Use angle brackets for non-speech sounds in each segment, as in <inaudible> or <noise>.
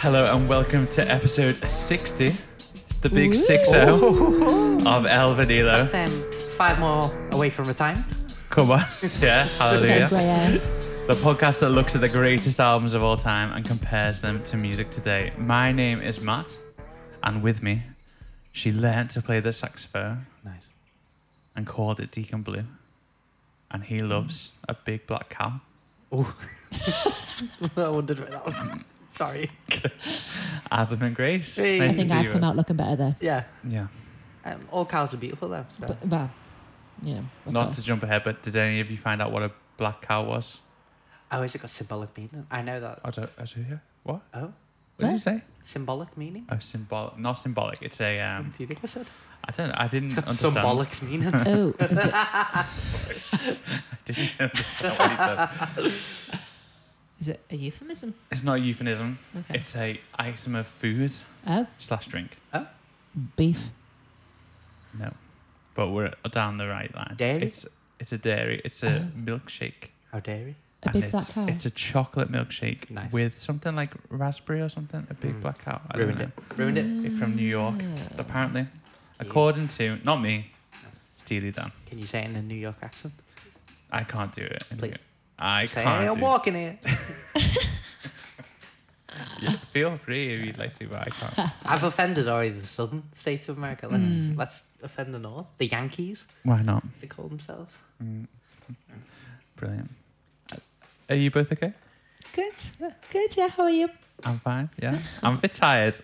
Hello and welcome to episode 60, the big 60 of El Vanilo. Oh. That's um, five more away from retirement. Come <laughs> on. Yeah, Yeah. hallelujah. The podcast that looks at the greatest albums of all time and compares them to music today. My name is Matt, and with me, she learned to play the saxophone Nice. and called it Deacon Blue. And he Mm. loves a big black cow. I wondered about that one. Sorry. Adam and Grace. Hey. nice I to think see I've you. come out looking better there. Yeah. Yeah. Um, all cows are beautiful though. So. But, well, you know. of Not course. to jump ahead, but did any of you find out what a black cow was? oh, has it got symbolic meaning? I know that. I don't, I don't yeah. What? Oh, What did you What? say? symbolic meaning? Oh, symbolic. Not symbolic. It's a. Um, What do you think I said? I don't. I didn't It's got understand. symbolic meaning. Oh, is it, Didn't understand <laughs> what he said. is it a euphemism? It's not a euphemism. Okay. It's a item of food Oh, slash drink. beef. No, but we're down the right line. Dairy? It's it's a dairy. It's a milkshake. How dare Oh. you? A and big it's, black cow. It's a chocolate milkshake Nice. with something like raspberry or something. A big Mm. black cow. I Ruined don't it. know. Ruined it. It's from New York, apparently. According to not me, Steely Dan. Can you say it in a New York accent? I can't do it. Please. I say, can't. hey, do I'm it. <laughs> walking here. Yeah, feel free if you'd like to, but I can't. I've offended already the southern states of America. Let's Mm. let's offend the north. The Yankees, <laughs> Why not? as they call themselves. Mm. Brilliant. Are you both okay? Good. Good, yeah. How are you? I'm fine. Yeah, I'm a bit tired.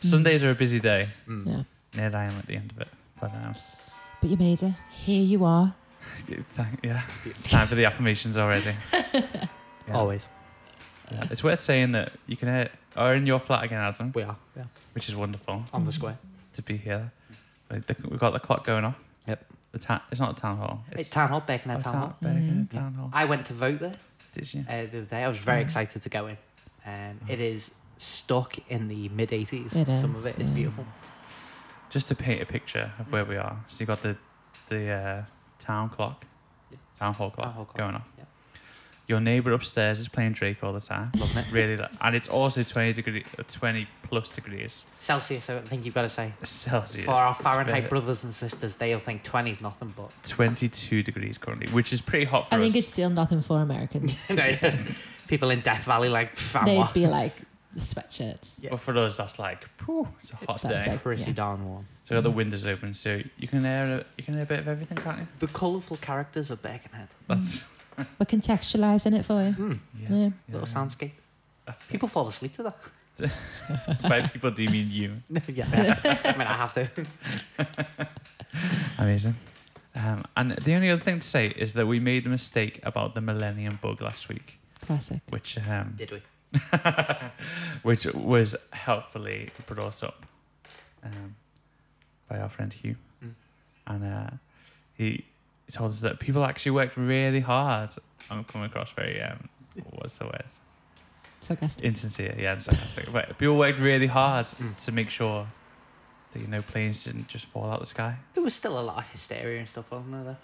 Sundays are a busy day. Mm. Yeah. Near I am at the end of it. But <laughs> um, s- But you made it. Here you are. thank- yeah, it's time for the affirmations <laughs> already. Yeah. Always. Yeah. It's worth saying that you can hear are in your flat again, Adam, We are. Yeah. which is wonderful On the square. to be here. Like, the- We've got the clock going off. Yep. The ta- it's not a town hall. It's, town hall, Birkenhead a town hall. big, Mhm. Oh, town hall. I went to vote there. Did you? uh, the other day. I was Mm-hmm. very excited to go in. Um, it is stuck in the mid 80s. It Some of is, it is yeah. beautiful. just to paint a picture Mm. of where we are. So you got the the uh, town clock, Yeah. town hall clock, Town hall clock, going off. yeah. Your neighbour upstairs is playing Drake all the <laughs> time. Loving it. really, like- and it's also twenty degree, uh, twenty plus degrees Celsius, I think you've got to say. Celsius. For our It's Fahrenheit very- brothers and sisters, they'll think 20 is nothing <laughs> but. twenty-two degrees currently, which is pretty hot for I us. think it's still nothing for Americans. <laughs> <laughs> You know, People in Death Valley, like, "Pff, I'm They'd what?" be like sweatshirts. yeah. but for us, that's like, phew, it's a hot It's day. outside. like, pretty yeah. darn warm. So you got the Mm. windows open, so you can air, a, you can air a bit of everything, can't you? The colourful characters of Birkenhead. That's We're contextualising it for you. Mm, yeah, Yeah. Little yeah. soundscape. That's it. People <laughs> fall asleep to that. <laughs> By people, do you mean you? yeah. <laughs> I mean, I have to. Amazing. Um, and the only other thing to say is that we made a mistake about the Millennium Bug last week, Classic. which um, Did we? <laughs> which was helpfully brought up um, by our friend Hugh, Mm. and uh, he told us that people actually worked really hard. I'm coming across very um, what's the word? Sarcastic. Insincere, yeah, and sarcastic. but people worked really hard Mm. to make sure that you know planes didn't just fall out the sky. There was still a lot of hysteria and stuff, wasn't there? though?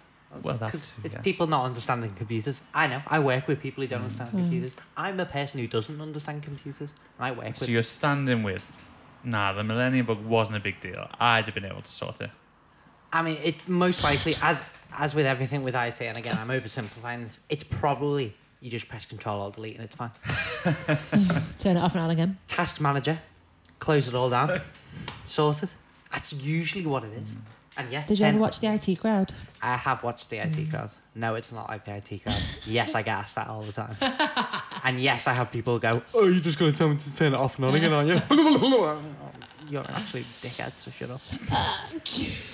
Well, that's 'Cause true, it's yeah. people not understanding computers. I know. I work with people who don't Mm. understand Mm. computers. I'm a person who doesn't understand computers. And I work So with. you're standing with, nah, the Millennium Bug wasn't a big deal. I'd have been able to sort it. I mean, it most likely as as with everything with IT, and again, I'm oversimplifying this. It's probably you just press Control or Delete and it's fine. Turn it off and on again. Task Manager, close it all <laughs> down, sorted. That's usually what it is. Mm. And yeah, Did you ever then- watch the IT crowd? I have watched the IT crowd. No, it's not like the IT crowd. yes, I get asked that all the time. and yes, I have people go, Oh, you're just going to tell me to turn it off and on again, are you? <laughs> you're an absolute dickhead, so shut up.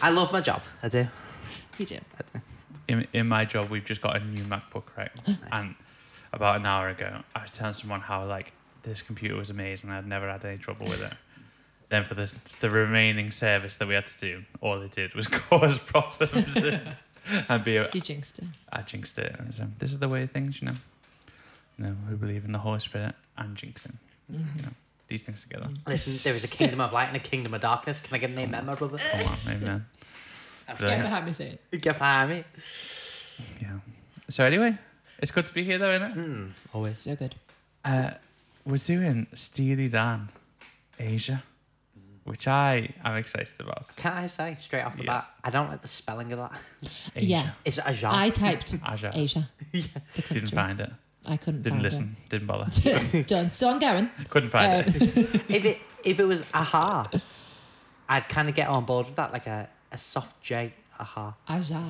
I love my job. I do. You do. I do. In, in my job, we've just got a new MacBook, right? And about an hour ago, I was telling someone how, like, this computer was amazing. I'd never had any trouble with it. then for this, the remaining service that we had to do, all it did was <laughs> cause problems and, and be a, You jinxed it. I jinxed it. And so this is the way of things, you know. You know, we believe in the Holy Spirit and jinxing. Mm-hmm. You know, these things together. <laughs> Listen, there is a kingdom of light and a kingdom of darkness. Can I get an amen, my brother? Come on, amen. That's- Brilliant. Get behind me, saying. Get behind me. Yeah. So anyway, it's good to be here though, isn't it? Mm, always. So good. Uh, we're doing Steely Dan Asia, which I am excited about. Can I say straight off the Yeah. bat, I don't like the spelling of that. Asia. Yeah. Is it a genre? <laughs> I typed Asia. Asia. The Didn't country. find it. I couldn't Didn't find listen. Didn't bother. <laughs> it. <laughs> Done. So I'm going. Couldn't find Um, it. if it if it was aha, I'd kind of get on board with that, like a, a soft J aha. Aja.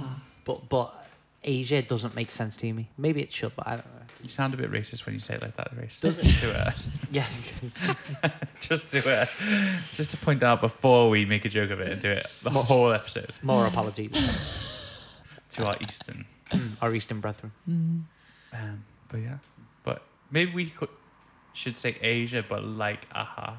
But but Asia doesn't make sense to me. Maybe it should, but I don't know. You sound a bit racist when you say it like that, Racist. Does it? to uh, <laughs> Yeah, just to uh, just to point out before we make a joke of it and do it the whole episode <laughs> more apologies <clears throat> to our Eastern. Mm, our Eastern brethren. Mm. Um, but yeah, but maybe we could should say Asia, but like aha,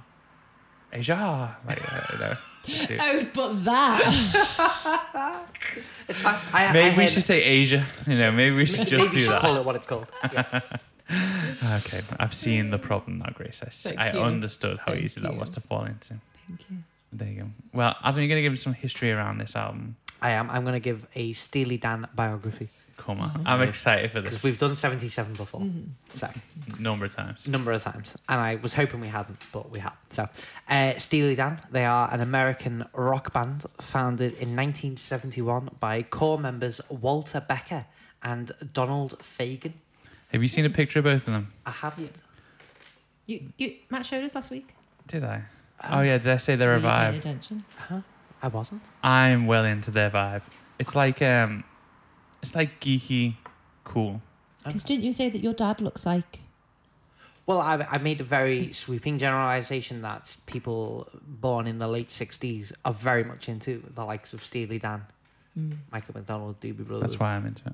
Asia, like uh, you know. just <laughs> do- Oh, <laughs> but that. It's fine. I, I Maybe we heard- should say Asia. You know, maybe we should maybe just we do should that. call it what it's called. Yeah. <laughs> Okay, I've seen the problem now, Grace. I, s- Thank I you. understood how Thank easy that was you. to fall into. Thank you. There you go. Well, Adam, you're going to give us some history around this album. I am. I'm gonna give a Steely Dan biography Come on. Mhm. I'm excited for because this we've done 77 before, Mhm. so number of times. number of times, and I was hoping we hadn't, but we have. So, uh, Steely Dan. They are an American rock band founded in 1971 by core members Walter Becker and Donald Fagen. Have you seen a picture of both of them? I have yet. You, you, Matt showed us last week. Did I? Oh, yeah. Did I say they're Were a you paying vibe? attention? Huh? I wasn't. I'm well into their vibe. It's like, um, it's like geeky, cool. Because didn't you say that your dad looks like? Well, I, I made a very sweeping generalization that people born in the late 60s are very much into the likes of Steely Dan, Mm. Michael McDonald, Doobie Brothers. That's why I'm into it.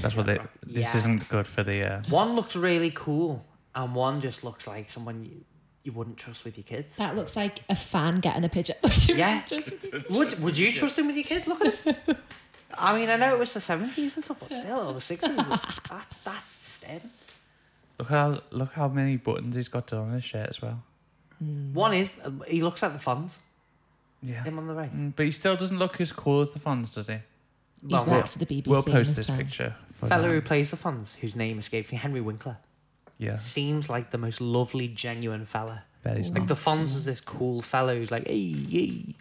That's what they. This Yeah. isn't good for the. Uh, One looks really cool, and one just looks like someone you, you wouldn't trust with <laughs> your kids. That looks like a fan getting a <laughs> pigeon. Yeah. Just- Would Would you trust him with your kids? Look at him. I mean, I know it was the seventies and stuff, but still, or the sixties. <laughs> That's that's disturbing. look how look how many buttons he's got on his shirt as well. Mm. One is uh, he looks like the Fonz. Yeah. Him on the right. Mm, But he still doesn't look as cool as the Fonz, does he? He's Well, worked for the BBC. We'll in post his this time. picture. for Fellow who them. plays the Fonz, whose name escapes me, Henry Winkler, Yeah. seems like the most lovely, genuine fella. Bet he's Ooh. Like not. the Fonz is this cool fellow who's like, hey, yay.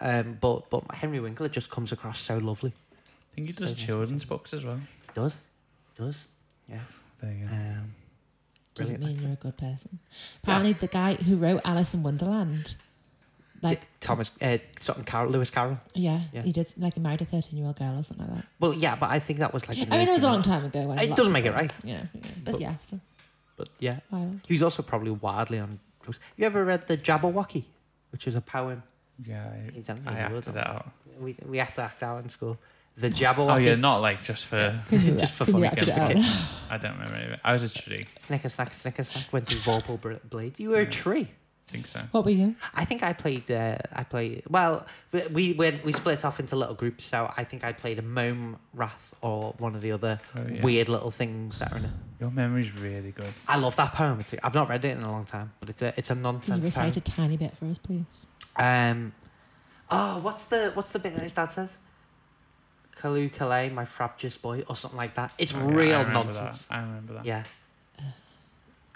Um, but but Henry Winkler just comes across so lovely. I think he does children's books as well. Does, does. There you go. Um, Doesn't brilliant. mean you're a good person. Apparently, the guy who wrote Alice in Wonderland, like, T- Thomas, uh, something Carol, Lewis Carroll. yeah, Yeah. he did. Like, he married a 13 year old girl or something like that. Well, yeah, but I think that was like. in I mean, that the was a 1800s. long time ago. when It lots doesn't of make it people- right. Yeah, yeah. but, But- yeah, still But yeah, wild. he was also probably wildly on drugs. Have you ever read the Jabberwocky, which is a poem? Yeah, I, He's on- I he acted it would- out. We we had to act out in school. The Jabberwocky. Oh yeah, not like just for. <laughs> Just for Can fun, you act just it for out? kicks. I don't remember. Any of it. I was a tree. Snicker snack, snicker snack. Went through Walpole Br- Blades. You were a Yeah. tree. I think so. What were you? I think I played. Uh, I played. Well, we- we went. We split off into little groups. So I think I played a Mome Wrath or one of the other Oh, yeah. weird little things that are in it. Your memory's really good. I love that poem. It's, I've not read it in a long time, but it's a it's a Can you nonsense poem. recite a tiny bit for us, please? Um, oh, what's the what's the bit that his dad says? Kalu Kalay, my frabjous boy, or something like that. It's Oh, yeah, I real remember nonsense. That. I remember that. Yeah.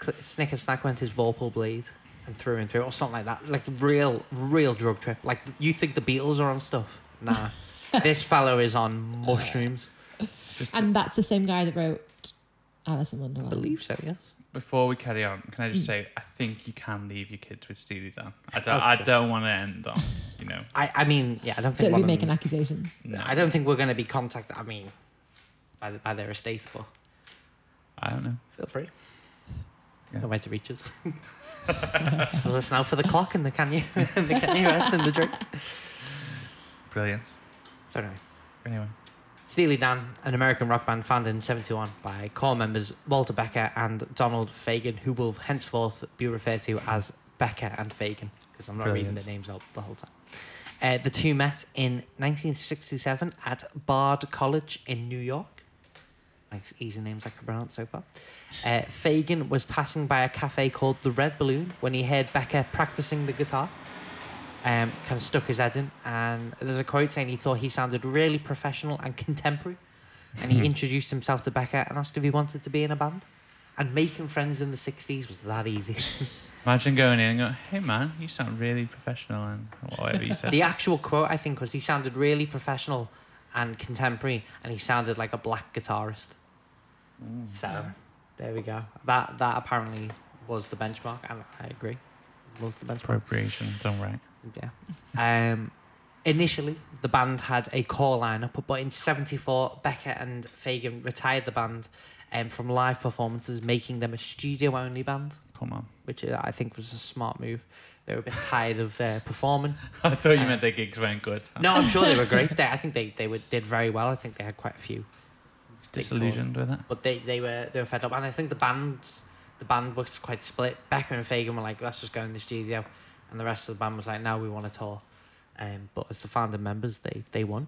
Cl- Snicker Snack went his Vorpal blade and through and through, or something like that. Like real, real drug trip. Like you think the Beatles are on stuff? <laughs> Nah. this fellow is on mushrooms. Just And that's the same guy that wrote Alice in Wonderland. I believe so. Yes. before we carry on, can I just say I think you can leave your kids with Steely Dan. I don't. Oh, I sure. don't want to end on. You know. I, I mean, yeah. I don't Don't think. one be of making them- accusations. No. I don't think we're going to be contacted. I mean, by the, by their estate, but I don't know. Feel free. Yeah. No way to reach us. <laughs> so listen out for the clock and the can you <laughs> and the can you rest and the <laughs> drink. Brilliant. So anyway. Anyway. Steely Dan, an American rock band founded in 71 by core members Walter Becker and Donald Fagen, who will henceforth be referred to as Becker and Fagen, because I'm not reading Brilliant. the names out the whole time. Uh, the two met in 1967 at Bard College in New York. Nice, easy names I can pronounce so far. Uh, Fagan was passing by a cafe called the Red Balloon when he heard Becker practicing the guitar um, kind of stuck his head in. And there's a quote saying he thought he sounded really professional and contemporary. And he introduced himself to Becca and asked if he wanted to be in a band. And making friends in the 60s was that easy. Imagine going in and going, hey man, you sound really professional and whatever you said. The actual quote I think was he sounded really professional and contemporary, and he sounded like a black guitarist. So there we go. That that apparently was the benchmark, and I agree. Was the benchmark? Appropriation done right. Yeah. Um, initially, the band had a core lineup, but in '74, Becker and Fagan retired the band um, from live performances, making them a studio-only band, Come on. which uh, I think was a smart move. They were a bit tired of uh, performing. I thought you meant the gigs weren't good. No, I'm sure they were great. They, I think they, they were, did very well. I think they had quite a few, Disillusioned with it. but they, they were they were fed up. And I think the band the band was quite split. Becker and Fagan were like, let's just go in the studio, and the rest of the band was like, no, we want to tour. Um, but as the founding members, they they won.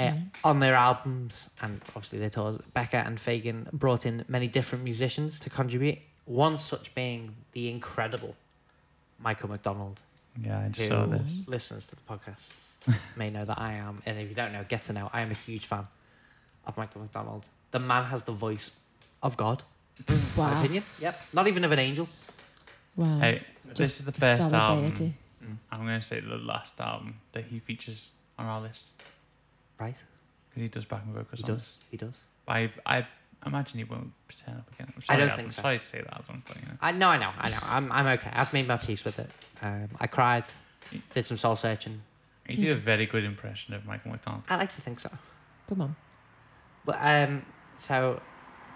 Uh, Yeah. On their albums and obviously their tours, Becker and Fagan brought in many different musicians to contribute. One such being the incredible Michael McDonald Yeah, I just who saw this. listens to the <laughs> podcast may know that I am, and if you don't know, get to know. I am a huge fan of Michael McDonald. The man has the voice of God. in My Wow. opinion. Oh, Yep. Not even of an angel. Wow. Hey, this Just is the first album. solidarity. I'm going to say the last album that he features on our list. Right. Because he does backing vocals He on does. this. He does. I, I imagine he won't turn up again. I'm I sorry, don't Adam. think so. sorry to say that, Adam, but you know. I no, I know. I know. I'm I'm okay. I've made my peace with it. Um, I cried. Did some soul searching. He did a Hmm. very good impression of Michael McDonald. I like to think so. Come on. But um, so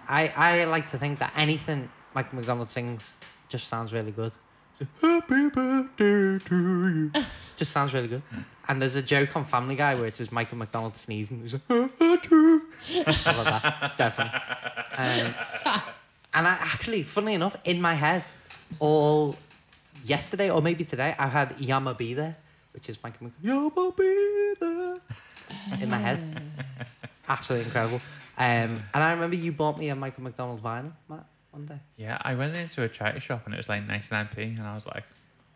I I like to think that anything Michael McDonald sings just sounds really good. So, Happy birthday to you. just sounds really good. And there's a joke on Family Guy where it says Michael McDonald sneezing. He's like, "Ah, ah, too." I love that. It's definitely. Um, and I actually, funnily enough, in my head, all yesterday or maybe today, I had Yama Be There, which is Michael McDonald. Yama Be There in my head. Absolutely incredible. Um, and I remember you bought me a Michael McDonald vinyl, Matt, one day. Yeah, I went into a charity shop and it was like 99p, and I was like,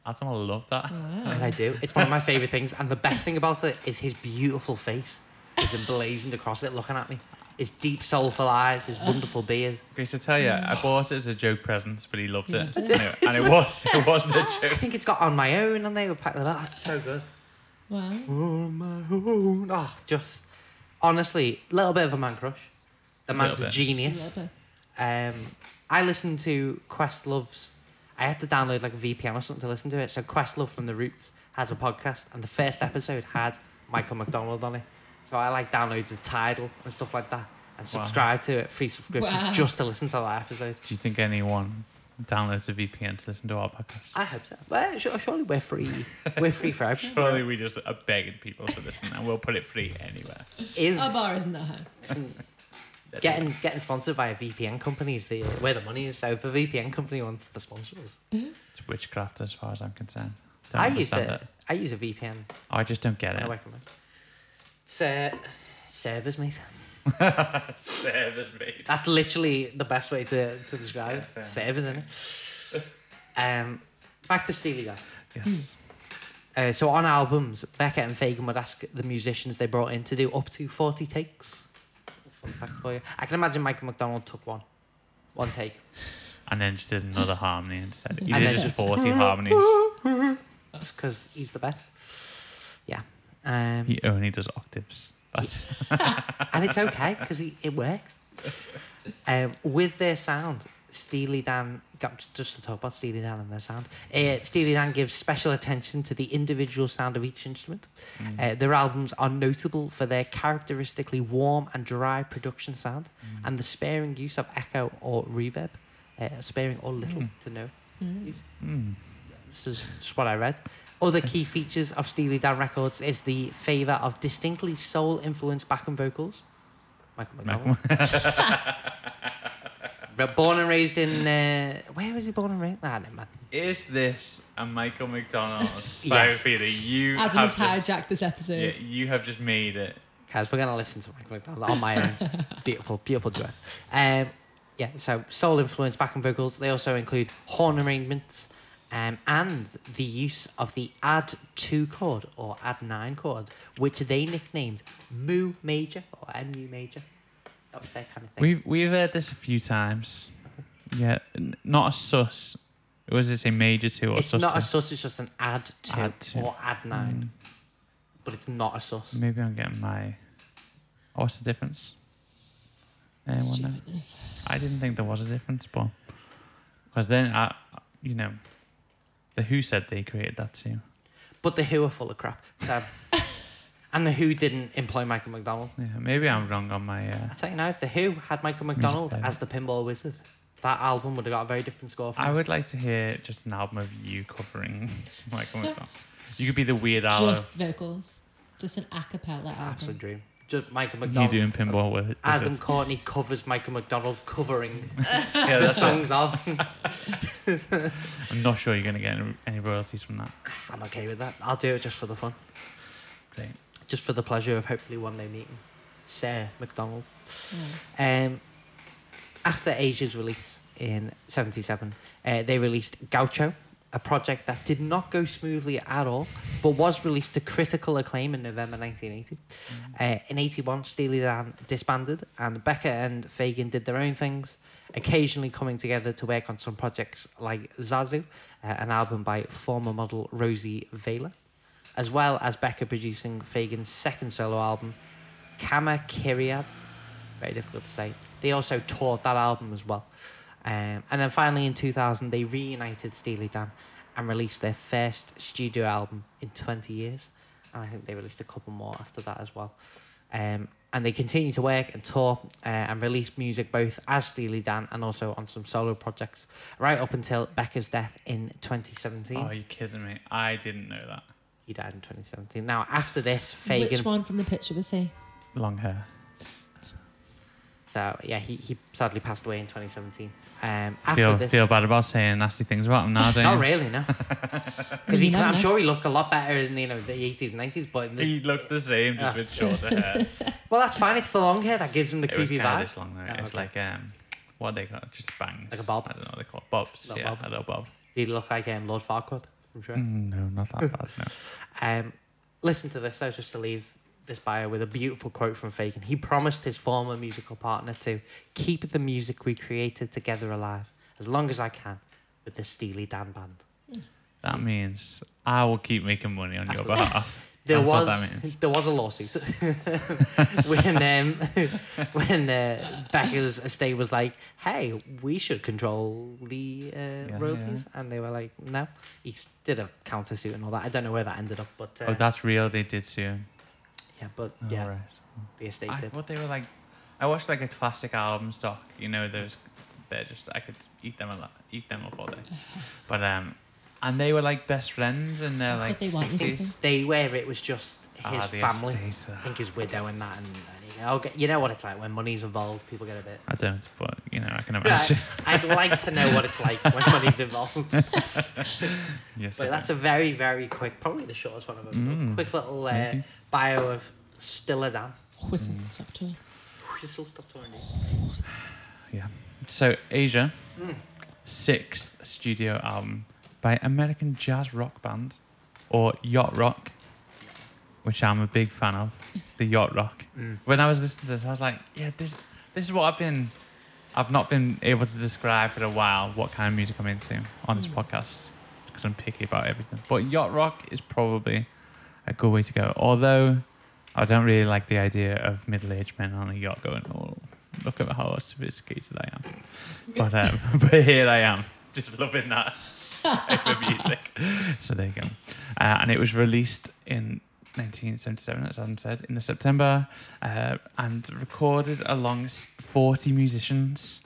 Adam, I love <laughs> Hmm. that. And I do. It's one of my favourite things. And the best thing about it is his beautiful face is emblazoned across it looking at me. His deep, soulful eyes, his wonderful beard. Okay, so tell you, I Hmm. bought it as a joke present, but he loved it. Yeah. And it, and <laughs> it, was, it wasn't a I joke. think it's got On My Own and they were packed like that. That's so good. Wow. On My Own. Oh, just, honestly, little bit of a man crush. The A man's little a bit. genius. Love it. Um, I listened to Questlove's. I had to download like a VPN or something to listen to it. So Questlove from the Roots has a podcast, and the first episode had Michael McDonald on it. So I like downloaded the title and stuff like that, Wow. and subscribe to it, free subscription, Wow. just to listen to that episode. Do you think anyone downloads a VPN to listen to our podcast? I hope so. Well, sure, surely we're free. <laughs> We're free for everyone. Surely we just are begging people to listen, and we'll put it free anywhere. Our If bar isn't that high. listen, getting getting sponsored by a VPN company is the where the money is. So if a VPN company wants to sponsor us, It's witchcraft, as far as I'm concerned. Don't I use understand it. I use a VPN Oh, I just don't get I it. recommend. Ser- servers, mate. Service based. That's literally the best way to, to describe it. Servers, isn't Um, back to Steely Dan. Yes. Uh, so on albums, Beckett and Fagan would ask the musicians they brought in to do up to 40 takes. Fun fact for you. I can imagine Michael McDonald took one. One take. And then just did another harmony instead. You And did then- just 40 <laughs> harmonies. Just because he's the best. Yeah. Um, He only does octaves. That's and it's okay because it works. Um, with their sound, Steely Dan got just to talk about Steely Dan and their sound. Uh, Steely Dan gives special attention to the individual sound of each instrument. Mm. Uh, their albums are notable for their characteristically warm and dry production sound and the sparing use of echo or reverb, uh, sparing or little to no Mm. Mm. this is just what I read. Other key features of Steely Dan records is the favour of distinctly soul influenced backing vocals. Michael McDonald. <laughs> Re- born and raised in. Uh, where was he born and raised? Ah, never mind. Is this a Michael McDonald <laughs> Yes. biography that you Adam has have just, hijacked this episode. yeah, you have just made it? Because we're going to listen to Michael McDonald on my own. beautiful, beautiful duet. Um, yeah, so soul influenced backing vocals. They also include horn arrangements um, and the use of the add two chord or add nine chord, which they nicknamed Mu major or MU major. That was their kind of thing. We've we've heard this a few times. Yeah, n- not a sus Or was it a major two or it's sus not a two? sus, it's just an add to Add Mm. to. or add nine, but it's not a sus. Mm, Maybe I'm getting my. oh, What's the difference? Anyone know? Stupidness. I didn't think there was a difference, but because then I, you know, the Who said they created that too. But the Who are full of crap. So, and the Who didn't employ Michael McDonald. Yeah, maybe I'm wrong on my. Uh, I tell you now, if the Who had Michael McDonald favourite. as the Pinball Wizard, that album would have got a very different score. From I it. would like to hear just an album of you covering <laughs> Michael McDonald. You could be the Weird Al of Just vocals. Just an a cappella absolute album. dream. Just Michael you McDonald. doing pinball with it. Adam Courtney covers Michael McDonald covering yeah, the that's it. songs of. I'm not sure you're going to get any- any royalties from that. I'm okay with that. I'll do it just for the fun, Great. just for the pleasure of hopefully one day meeting Sarah McDonald. Yeah. Um, after Asia's release in 77, uh, they released Gaucho, a project that did not go smoothly at all, but was released to critical acclaim in November 1980. Uh, in 81, Steely Dan disbanded, and Becker and Fagan did their own things, occasionally coming together to work on some projects like Zazu, uh, an album by former model Rosie Vela, as well as Becker producing Fagan's second solo album, Kama Kiriad. Very difficult to say. They also toured that album as well. Um, and then finally in 2000, they reunited Steely Dan and released their first studio album in 20 years. And I think they released a couple more after that as well. Um, and they continue to work and tour uh, and release music both as Steely Dan and also on some solo projects right up until Becca's death in 2017. Oh, you're kidding me. I didn't know that. He died in 2017. Now, after this, Which Fagan. one from the picture was he? Long hair. So, yeah, he, he sadly passed away in 2017. Um, after Feel, this. feel bad about saying nasty things about him <laughs> now, don't Not you? <laughs> really, no. Because You he, never I'm know. sure he looked a lot better in you know the 80s and 90s, but in this, He looked the same, just Ah. with shorter <laughs> hair. well, that's fine. It's the long hair that gives him the it was creepy kind of vibe. this long, though. Oh, It's okay. like, um, what they got? Just bangs. Like a bob? I don't know what they call it. Bobs. Little yeah, bob. a little bob. He looked like um, Lord Farquaad. I'm sure. Mm, no, not that bad, no. Um, listen to this, though, just to leave this bio with a beautiful quote from Fagan. He promised his former musical partner to keep the music we created together alive as long as I can with the Steely Dan band. <laughs> That means I will keep making money on your Absolutely. behalf. There That's what was that means. there was a lawsuit <laughs> when um, <laughs> when uh, Becker's estate was like, "Hey, we should control the uh, royalties," and they were like, "No." He s- did a countersuit and all that. I don't know where that ended up, but uh, Oh, that's real. They did too. yeah, but Oh, yeah, right. the estate I did. thought they were like. I watched like a classic album stock. You know those. They're just I could eat them a lot, eat them up all <laughs> day. But um, and they were like best friends, and they're That's like what they want, isn't it? 60s. They where it was just his Ah, the family. estate, I ah. think his widow and that, and uh, I'll get, you know what it's like when money's involved. People get a bit. I don't, but you know I can Yeah, imagine. <laughs> I'd like to know what it's like when money's involved. yes, I But do. that's a very, very quick, probably the shortest one I've ever done. Mm. Quick little uh, Maybe. bio of Stiller Dan. Whistle stop tour. Whistle stop touring. so Asia, Mm. sixth studio album by American jazz rock band, or yacht rock, which I'm a big fan of. The yacht rock. Mm. when I was listening to this, I was like, yeah, this this is what I've been I've not been able to describe for a while what kind of music I'm into on this Mm. podcast because I'm picky about everything. But yacht rock is probably a good way to go. Although I don't really like the idea of middle-aged men on a yacht going, "Oh, look at how sophisticated I am." But um, <laughs> but here I am, just loving that type of music. <laughs> So there you go. Uh, and it was released in 1977, as Adam said, in the September, uh, and recorded along s- 40 musicians.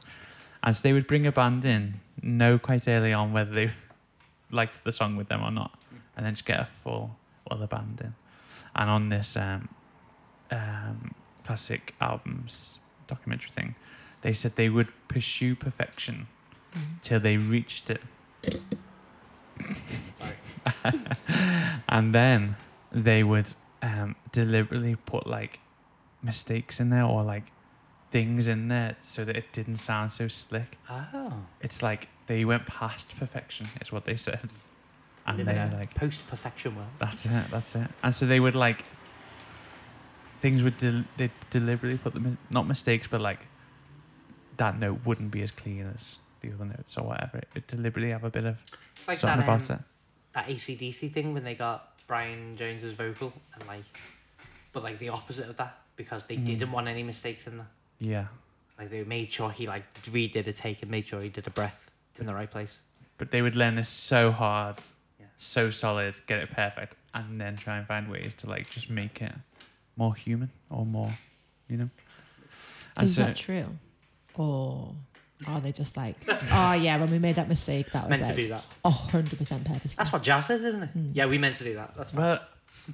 As they would bring a band in, know quite early on whether they <laughs> liked the song with them or not, and then just get a full other band in. And on this um, um, classic albums documentary thing, they said they would pursue perfection till they reached it. <laughs> and then they would um, deliberately put like mistakes in there or like things in there so that it didn't sound so slick. Oh. It's like they went past perfection, is what they said. And Living they a like post perfection world. that's it. That's it. And so they would like things would del- they deliberately put them in, not mistakes, but like that note wouldn't be as clean as the other notes or whatever. It, it deliberately have a bit of It's like something that, um, about it. that ACDC thing when they got Brian Jones's vocal and like, but like the opposite of that because they Mm. didn't want any mistakes in that. Yeah, Like they made sure he like redid a take and made sure he did a breath in the right place. but they would learn this so hard, Yeah. so solid, get it perfect, and then try and find ways to like just make it more human or more, you know. And Is so that true? Or are they just like, <laughs> oh yeah, when we made that mistake, that was meant to like do that. a hundred percent purposeful. That's what jazz is, isn't it? Mm. Yeah, we meant to do that. That's fine. well,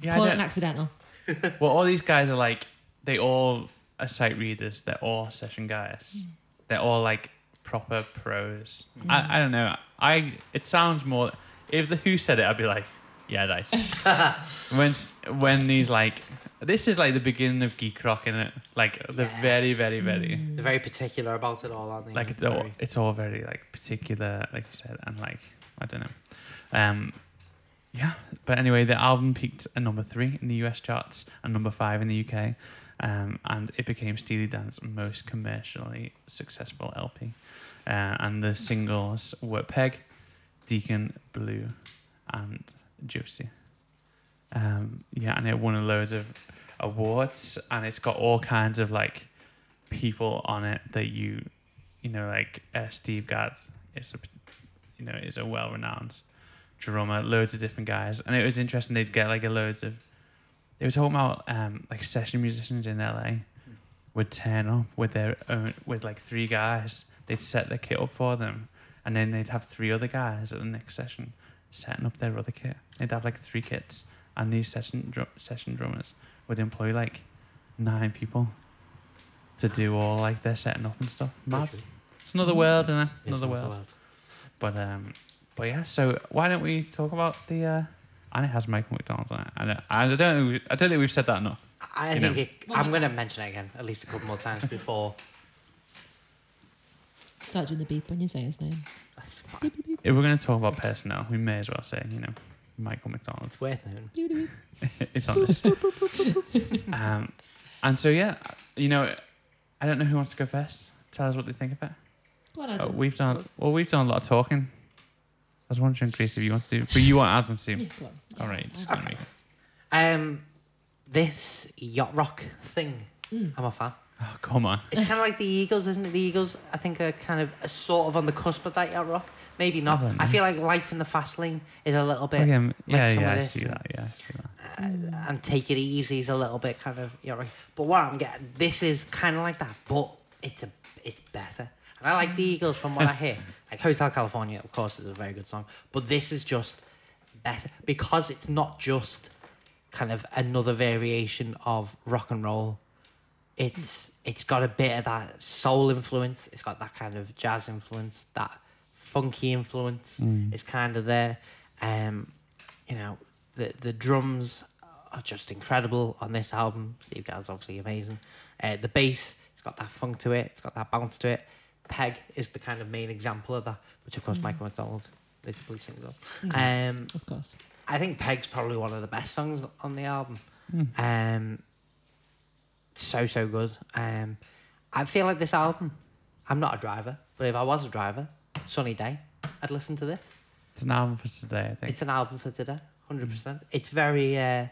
yeah, I Call it don't- an accidental. <laughs> Well, all these guys are like, they all are sight readers. They're all session guys. They're all like proper pros. I, I don't know. I it sounds more. If the Who said it, I'd be like, yeah, nice. when s- when these like, this is like the beginning of geek rock, in it? Like the Yeah. very, very, very Mm. They're very particular about it all, aren't they? Mm. like it's all, Very- it's all very like particular like you said and like i don't know um yeah but anyway the album peaked at number three in the us charts and number five in the uk um, and it became steely dan's most commercially successful lp uh, and the singles were peg deacon blue and josie um, yeah and it won loads of awards and it's got all kinds of like people on it that you you know, like uh, Steve Gadd is a, you know, is a well-renowned drummer. Loads of different guys, and it was interesting. They'd get like a loads of. They were talking about um, like session musicians in LA would turn up with their own with like three guys. They'd set their kit up for them, and then they'd have three other guys at the next session setting up their other kit. They'd have like three kits, and these session drum session drummers would employ like nine people to do all like their setting up and stuff. Mad. Yes, Mm. It's another world, isn't it? another Another world. But um, but yeah. So why don't we talk about the? Uh, and it has Michael McDonald on it. I don't, I don't, I don't think we've said that enough. I You think know. it, One I'm more going to mention it again at least a couple <laughs> more times before. Start doing the beep when you say his name. That's fine. <laughs> Beep, beep, beep, If we're going to talk about personnel, we may as well say, you know, Michael McDonald. It's worth noting. beep, beep, beep. <laughs> it's on <laughs> this. um, and so yeah, you know, I don't know who wants to go first. Tell us what they think of it. Go on, Adam. Uh, we've done well. We've done a lot of talking. I was wondering, Chris, if you want to do, but you want Adam to. Yeah, go on. Yeah, All right, I- I- all right. Um, this yacht rock thing, Mm. I'm <laughs> a fan. Oh, come on. It's kind of like the Eagles, isn't it? The Eagles, I think, are kind of are sort of on the cusp of that yacht rock. Maybe not. don't I know. feel like life in the fast lane is a little bit Okay, um, yeah, some of yeah, I this see and- that. Yeah, I see that. uh, and take it easy is a little bit kind of you know. like- But what I'm getting, this is kind of like that, but it's a it's better. And I like the Eagles from what I hear. Like Hotel California, of course, is a very good song, but this is just better because it's not just kind of another variation of rock and roll. It's it's got a bit of that soul influence. It's got that kind of jazz influence, that funky influence Mm. is kind of there. Um, you know, the the drums are just incredible on this album. Steve Gadd's obviously amazing. Uh, the bass, it's got that funk to it. It's got that bounce to it. Peg is the kind of main example of that, which of course Michael McDonald literally sings on. Um, Of course. I think Peg's probably one of the best songs on the album. Mm. Um, so so good. Um, I feel like this album. I'm not a driver, but if I was a driver, sunny day, I'd listen to this. It's an album for today, I think. It's an album for today, hundred Mm. percent. It's very, uh,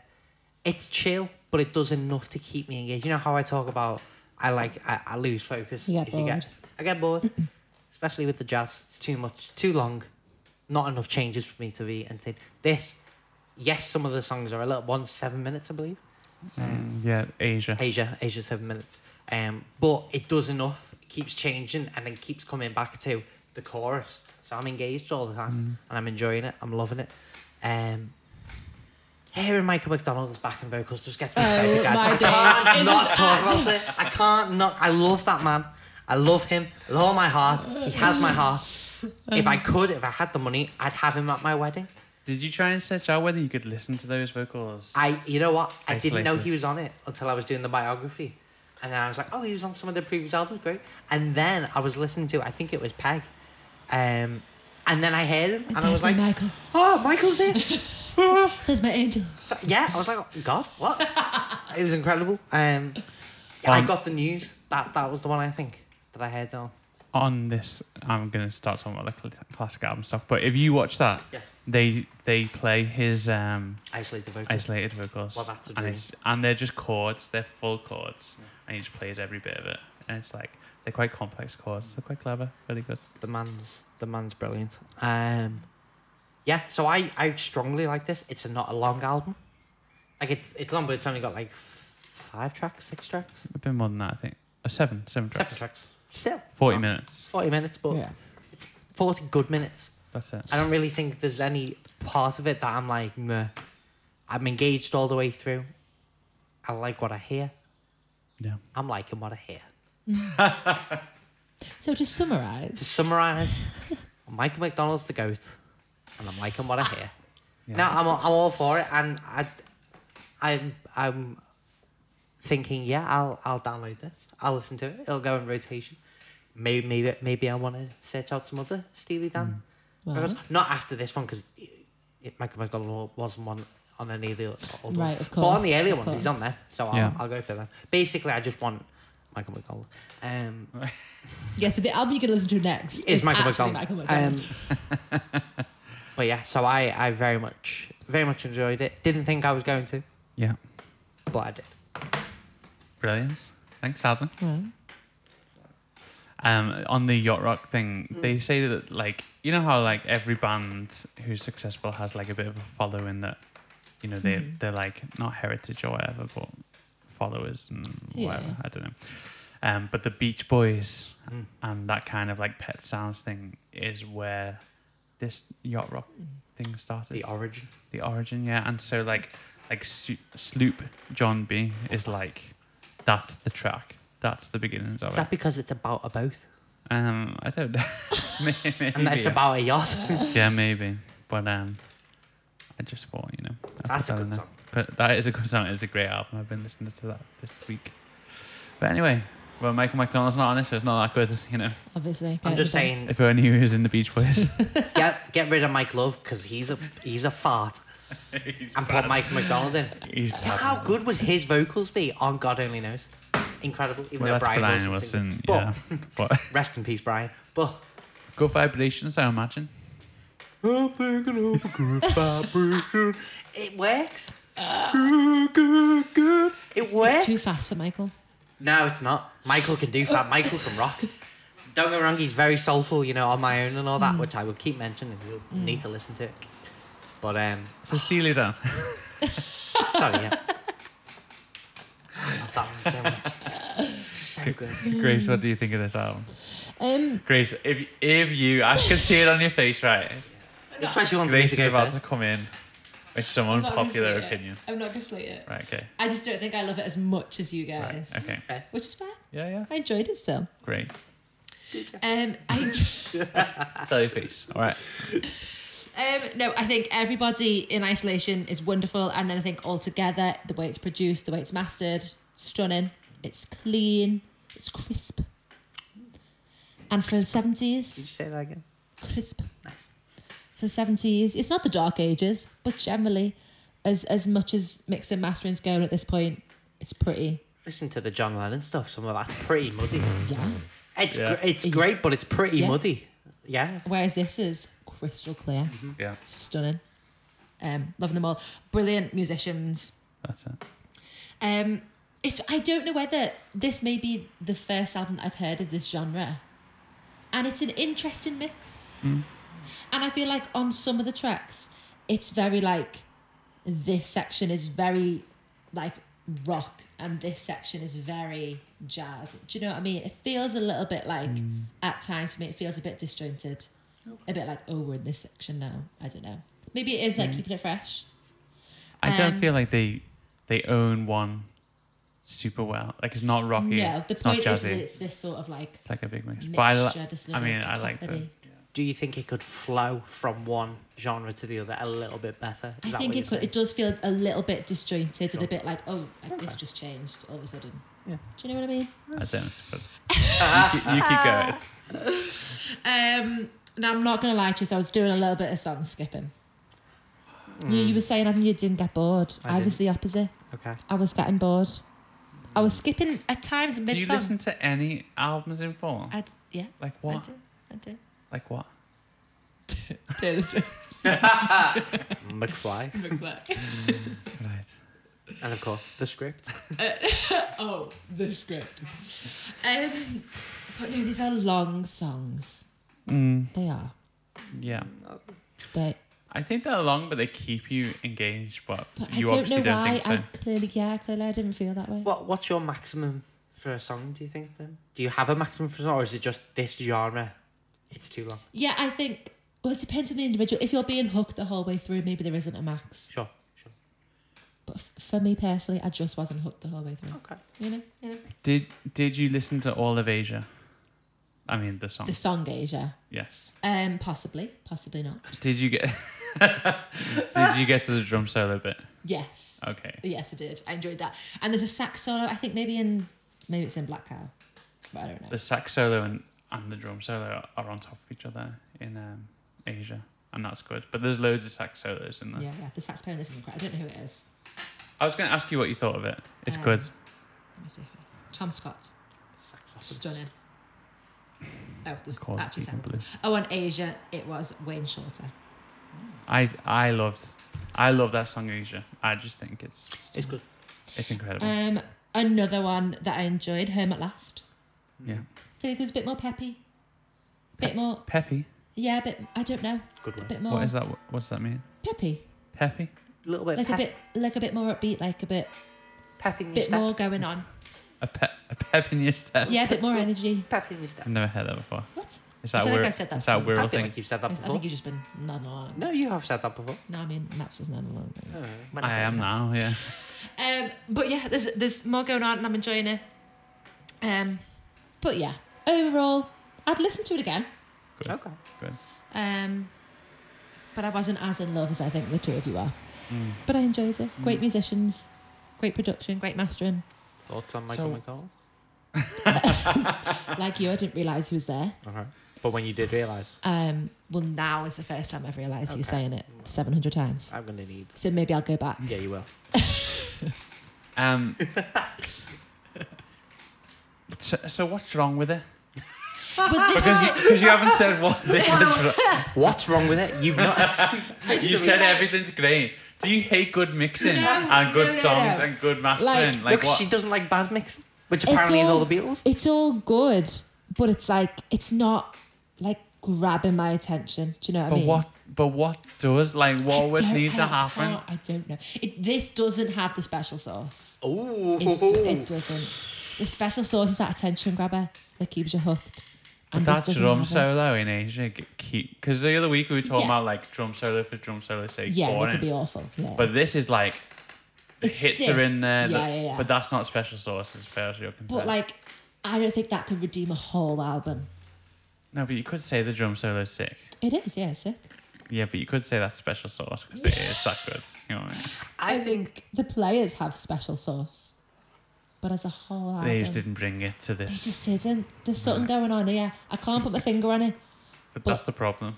it's chill, but it does enough to keep me engaged. You know how I talk about I like I, I lose focus. You get if you get, I get bored, especially with the jazz. It's too much, it's too long, not enough changes for me to be entertained. This, yes, some of the songs are a little one seven minutes, I believe. Mm, yeah, Asia. Asia, Asia seven minutes. Um, but it does enough. It keeps changing and then keeps coming back to the chorus. So I'm engaged all the time Mm. and I'm enjoying it. I'm loving it. Um, hearing Michael McDonald's backing vocals just gets me Oh, excited, guys. my I days. It can't is not talk about it. I can't not. I love that man. I love him with all my heart. He has my heart. If I could, if I had the money, I'd have him at my wedding. Did you try and search out whether you could listen to those vocals? I, you know what? I didn't know Isolated. he was on it until I was doing the biography, and then I was like, oh, he was on some of the previous albums, great. And then I was listening to, I think it was Peg, um, and then I heard him, and I There's was my like, Michael. oh, Michael's here. Oh. There's my angel. So, yeah, I was like, oh, God, what? it was incredible. Um, yeah, I Um, got the news. That that was the one I think that I heard on. on this, I'm going to start talking about the cl- classic album stuff. But if you watch that, Yes. they they play his um, Isolated vocal. isolated vocals, Well, that's a and dream. it's and they're just chords. They're full chords, Yeah. and he just plays every bit of it. And it's like they're quite complex chords. They're quite clever. Really good. The man's the man's brilliant. Um, yeah. So I I strongly like this. It's a, not a long album. Like it's it's long, but it's only got like f- five tracks, six tracks, A bit more than that, I think. Uh, seven, seven tracks, seven tracks. Still forty Oh, minutes. Forty minutes, but yeah. forty good minutes. That's it. I don't really think there's any part of it that I'm like, meh. I'm engaged all the way through. I like what I hear. Yeah. I'm liking what I hear. So to To summarise, summarize, I'm liking McDonald's the goat, and I'm liking what I hear. Yeah. No, I'm, I'm all for it, and I, I'm I'm thinking, yeah, I'll I'll download this. I'll listen to it. It'll go in rotation. Maybe maybe maybe I want to search out some other Steely Dan well, records. Not after this one because Michael McDonald wasn't one on any of the old ones. right, of course. But on the earlier of ones, he's on course. there, so I'll, Yeah. I'll go for them. Basically, I just want Michael McDonald. Um, Yeah, so the album you're going to listen to next It's Michael actually McDonald. Michael Um, McDonald. <laughs> But yeah, so I, I very much, very much enjoyed it. Didn't think I was going to, Yeah. but I did. Brilliance. Thanks, Alison. Well, um, on the yacht rock thing, Mm. they say that like you know how like every band who's successful has like a bit of a following that you know they Mm-hmm. Mhm. they're like not heritage or whatever, but followers and whatever. Yeah. I don't know. Um, but the Beach Boys Mm. and that kind of like Pet Sounds thing is where this yacht rock thing started. Mm. The origin. The origin, yeah. And so like like Su- Sloop John B is like that's the track. That's the beginnings of Is it. that because it's about a boat Um, I don't know. <laughs> maybe. and it's about a <laughs> yacht? yeah, maybe. But um, I just thought, you know, I put That's a that in good there. song. But that is a good song. It's a great album. I've been listening to that this week. But anyway, well, Michael McDonald's not on it, so it's not that good, you know. obviously. I'm get just it done. saying, If only he was in the Beach <laughs> Boys. get get rid of Mike Love because he's a he's a fart, <laughs> he's and put Mike <laughs> McDonald in. He's You know how good would his vocals be on God only knows? Incredible. Even Well, though that's Brian, Brian, Wilson, Wilson. sings it. But yeah. <laughs> but rest in peace, Brian. But good vibrations, I imagine. I'm thinking of a good vibration. It works. Good, good, good. It It's works. too fast for Michael. No, it's not. Michael can do that. Michael can rock. Don't get me wrong, he's very soulful, you know, on my own and all that, which I will keep mentioning. You'll need to listen to it. But, um, So Steely <laughs> Dan. <laughs> sorry, yeah. I love that one so much. So good. Grace, what do you think of this album? Um, Grace, if if you, I can see it on your face, right? Especially ones me Grace is to go about first. to come in with some unpopular opinion. I'm not going to slate it. Right, okay. I just don't think I love it as much as you Right, guys, okay. Okay. which is fine. Yeah, yeah. I enjoyed it still. Grace. Um, I. <laughs> Ah. Tell your face. All right. Um, no, I think everybody in isolation is wonderful, and then I think all together, the way it's produced, the way it's mastered, stunning. It's clean, it's crisp, and for the Did you seventies, say that again? crisp Nice. for the seventies. It's not the dark ages, but generally, as as much as mixing and mastering's going at this point, it's pretty. Listen to the John Lennon stuff. Some of that's pretty muddy. Yeah. It's Yeah. gr- it's great, but it's pretty Yeah. muddy. Yeah. Whereas this is crystal clear, Yeah, stunning. Um, loving them all. Brilliant musicians. that's it. Um, it's I don't know whether this may be the first album that I've heard of this genre, and it's an interesting mix. Mm. And I feel like on some of the tracks, it's very like this section is very like rock, and this section is very jazz. Do you know what I mean? It feels a little bit like Mm. at times for me, it feels a bit disjointed, a bit like oh we're in this section now. I don't know. Maybe it is Mm. like keeping it fresh. I don't Um, feel like they they own one super well. Like it's not rocky. No, the it's not point is that jazzy. it's this sort of like It's like a big mix. But I, mixture. li- this I little mean, I like the. cacophony. Do you think it could flow from one genre to the other a little bit better? I Is that think what it you're could, saying? it does feel a little bit disjointed and Sure. a bit like oh like this just changed all of a sudden. Yeah. Do you know what I mean? I don't. know, But <laughs> you, keep- you keep going. Um, now I'm not gonna lie to you. So I was doing a little bit of song skipping. You, you were saying I mean, you didn't get bored. Hmm. I, I was the opposite. Okay. I was getting bored. I was skipping at times Do mid you song. listen to any albums in full? I yeah. Like I what? do. I do. Like what? Taylor Swift. McFly, <laughs> McFly. Right. and of course the script. <laughs> oh, the script. Um, but no, these are long songs. Mm, They are. yeah. They. I think they're long, but they keep you engaged. But, But you I don't know obviously don't why. think so. I clearly, yeah, clearly, I didn't feel that way. What What's your maximum for a song? Do you think then? Do you have a maximum for a song, or is it just this genre? It's too long. Yeah, I think. Well, it depends on the individual. If you're being hooked the whole way through, maybe there isn't a max. Sure, sure. But f- for me personally, I just wasn't hooked the whole way through. Okay. You know, you know. Did Did you listen to all of Asia? I mean the song. the song Asia. yes. Um, possibly, possibly not. Did you get <laughs> Did you get to the drum solo bit? Yes, Okay. yes, I did. I enjoyed that. And there's a sax solo. I think maybe in maybe it's in Black Cow, but I don't know. The sax solo and, and the drum solo are on top of each other in um, Asia, and that's good. But there's loads of sax solos in there. Yeah, yeah. The sax player in this is incredible. I don't know who it is. I was going to ask you what you thought of it. It's Um, good. Let me see. who- Tom Scott. Saxophone. Stunning. Oh, this is Cause actually Deacon sound. Blue. Oh, on Asia, it was Wayne Shorter. I I loved I love that song Asia. I just think it's It's good. it's incredible. Um, another one that I enjoyed, Home at Last. yeah. I feel like it was a bit more peppy. Bit more, Peppy. yeah, a bit, I don't know, Good a one. bit more What is that? What does that mean? peppy. Peppy. little bit. Like a pep, bit, like a bit more upbeat, like a bit, pep in your bit step. more going <laughs> on. A pep a pep in your step. Yeah, a bit more energy. Pep in your step. I've never heard that before. What? Is I that feel like weird? I said that is that before. weird I thing? feel like you've said that I before. think you've just been nodding along. No, you have said that before. no I mean Matt's just nodding along. When I say am Matt's- now. <laughs> Yeah. Um, but yeah, there's there's more going on, and I'm enjoying it. Um, but yeah, overall, I'd listen to it again. Good. Okay. Um, but I wasn't as in love as I think the two of you are. Mm. But I enjoyed it. Great musicians, great production, <laughs> great mastering. Thoughts So- on Michael McDonald? like you, I didn't realise he was there. Okay. But when you did realise, Um, well, now is the first time I've realised Okay. you're saying it 700 times. I'm gonna need. So maybe I'll <laughs> go back. Yeah, you will. Um. so, so what's wrong with it? But this <laughs> Because is- you, because you haven't said what thing is wrong. What's wrong with it? You've <laughs> not. You said everything's great. Do you hate good mixing No, and good no, no, songs no. and good mastering? Like, Look, what? she doesn't like bad mix, It's which apparently all- is all the Beatles. it's all good, but it's like it's not like grabbing my attention. Do you know what but I mean? what? But what does like I what would don't- need I to happen? can't- I don't know. It, this doesn't have the special sauce. Oh. It, do- it doesn't. The special sauce is that attention grabber that keeps you hooked. But And that this doesn't drum have it. solo in Asia g- keep because the other week we were talking Yeah. about like drum solo for drum solo's sake, yeah, it boring. could be awful. Yeah. But this is like the It's hits sick. are in there, the- Yeah, yeah, yeah. but that's not special sauce as far as you're concerned. but like, I don't think that could redeem a whole album. no, but you could say the drum solo's sick. It is, yeah, it's sick. Yeah, but you could say that's special sauce because it is that good. You know what I mean? I think. The players have special sauce, but as a whole album, They just didn't bring it to It this. just isn't. There's something going on here. I can't put my finger on it. but, but- that's the problem.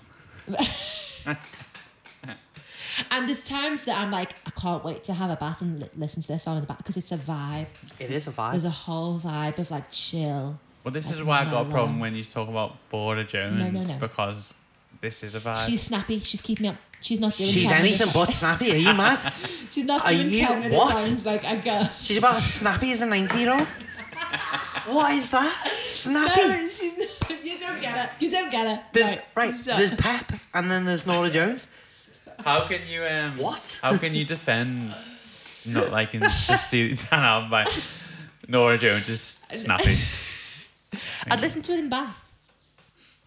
And there's times that I'm like, I can't wait to have a bath and li- listen to this song in the bath because it's a vibe. It is a There's vibe. a whole vibe of like chill. Well, this Like is why I got a mellow. problem when you talk about Border Jones no. because this is a vibe. She's snappy. She's keeping me up. She's not doing. Uh, She's 10 anything minutes. but snappy. Are you mad? <laughs> She's not Are doing you- ten minute what? songs like a <laughs> girl. She's about as snappy as a 90 year old. What is that? Snappy. No, <laughs> she's not. You don't get it. You don't get it. There's, right, so- there's Pep, and then there's Nora Jones. How can you um? What? How can you defend not liking the Steely Dan album by Nora Jones? Just <laughs> snappy. I'd listen to it in the bath.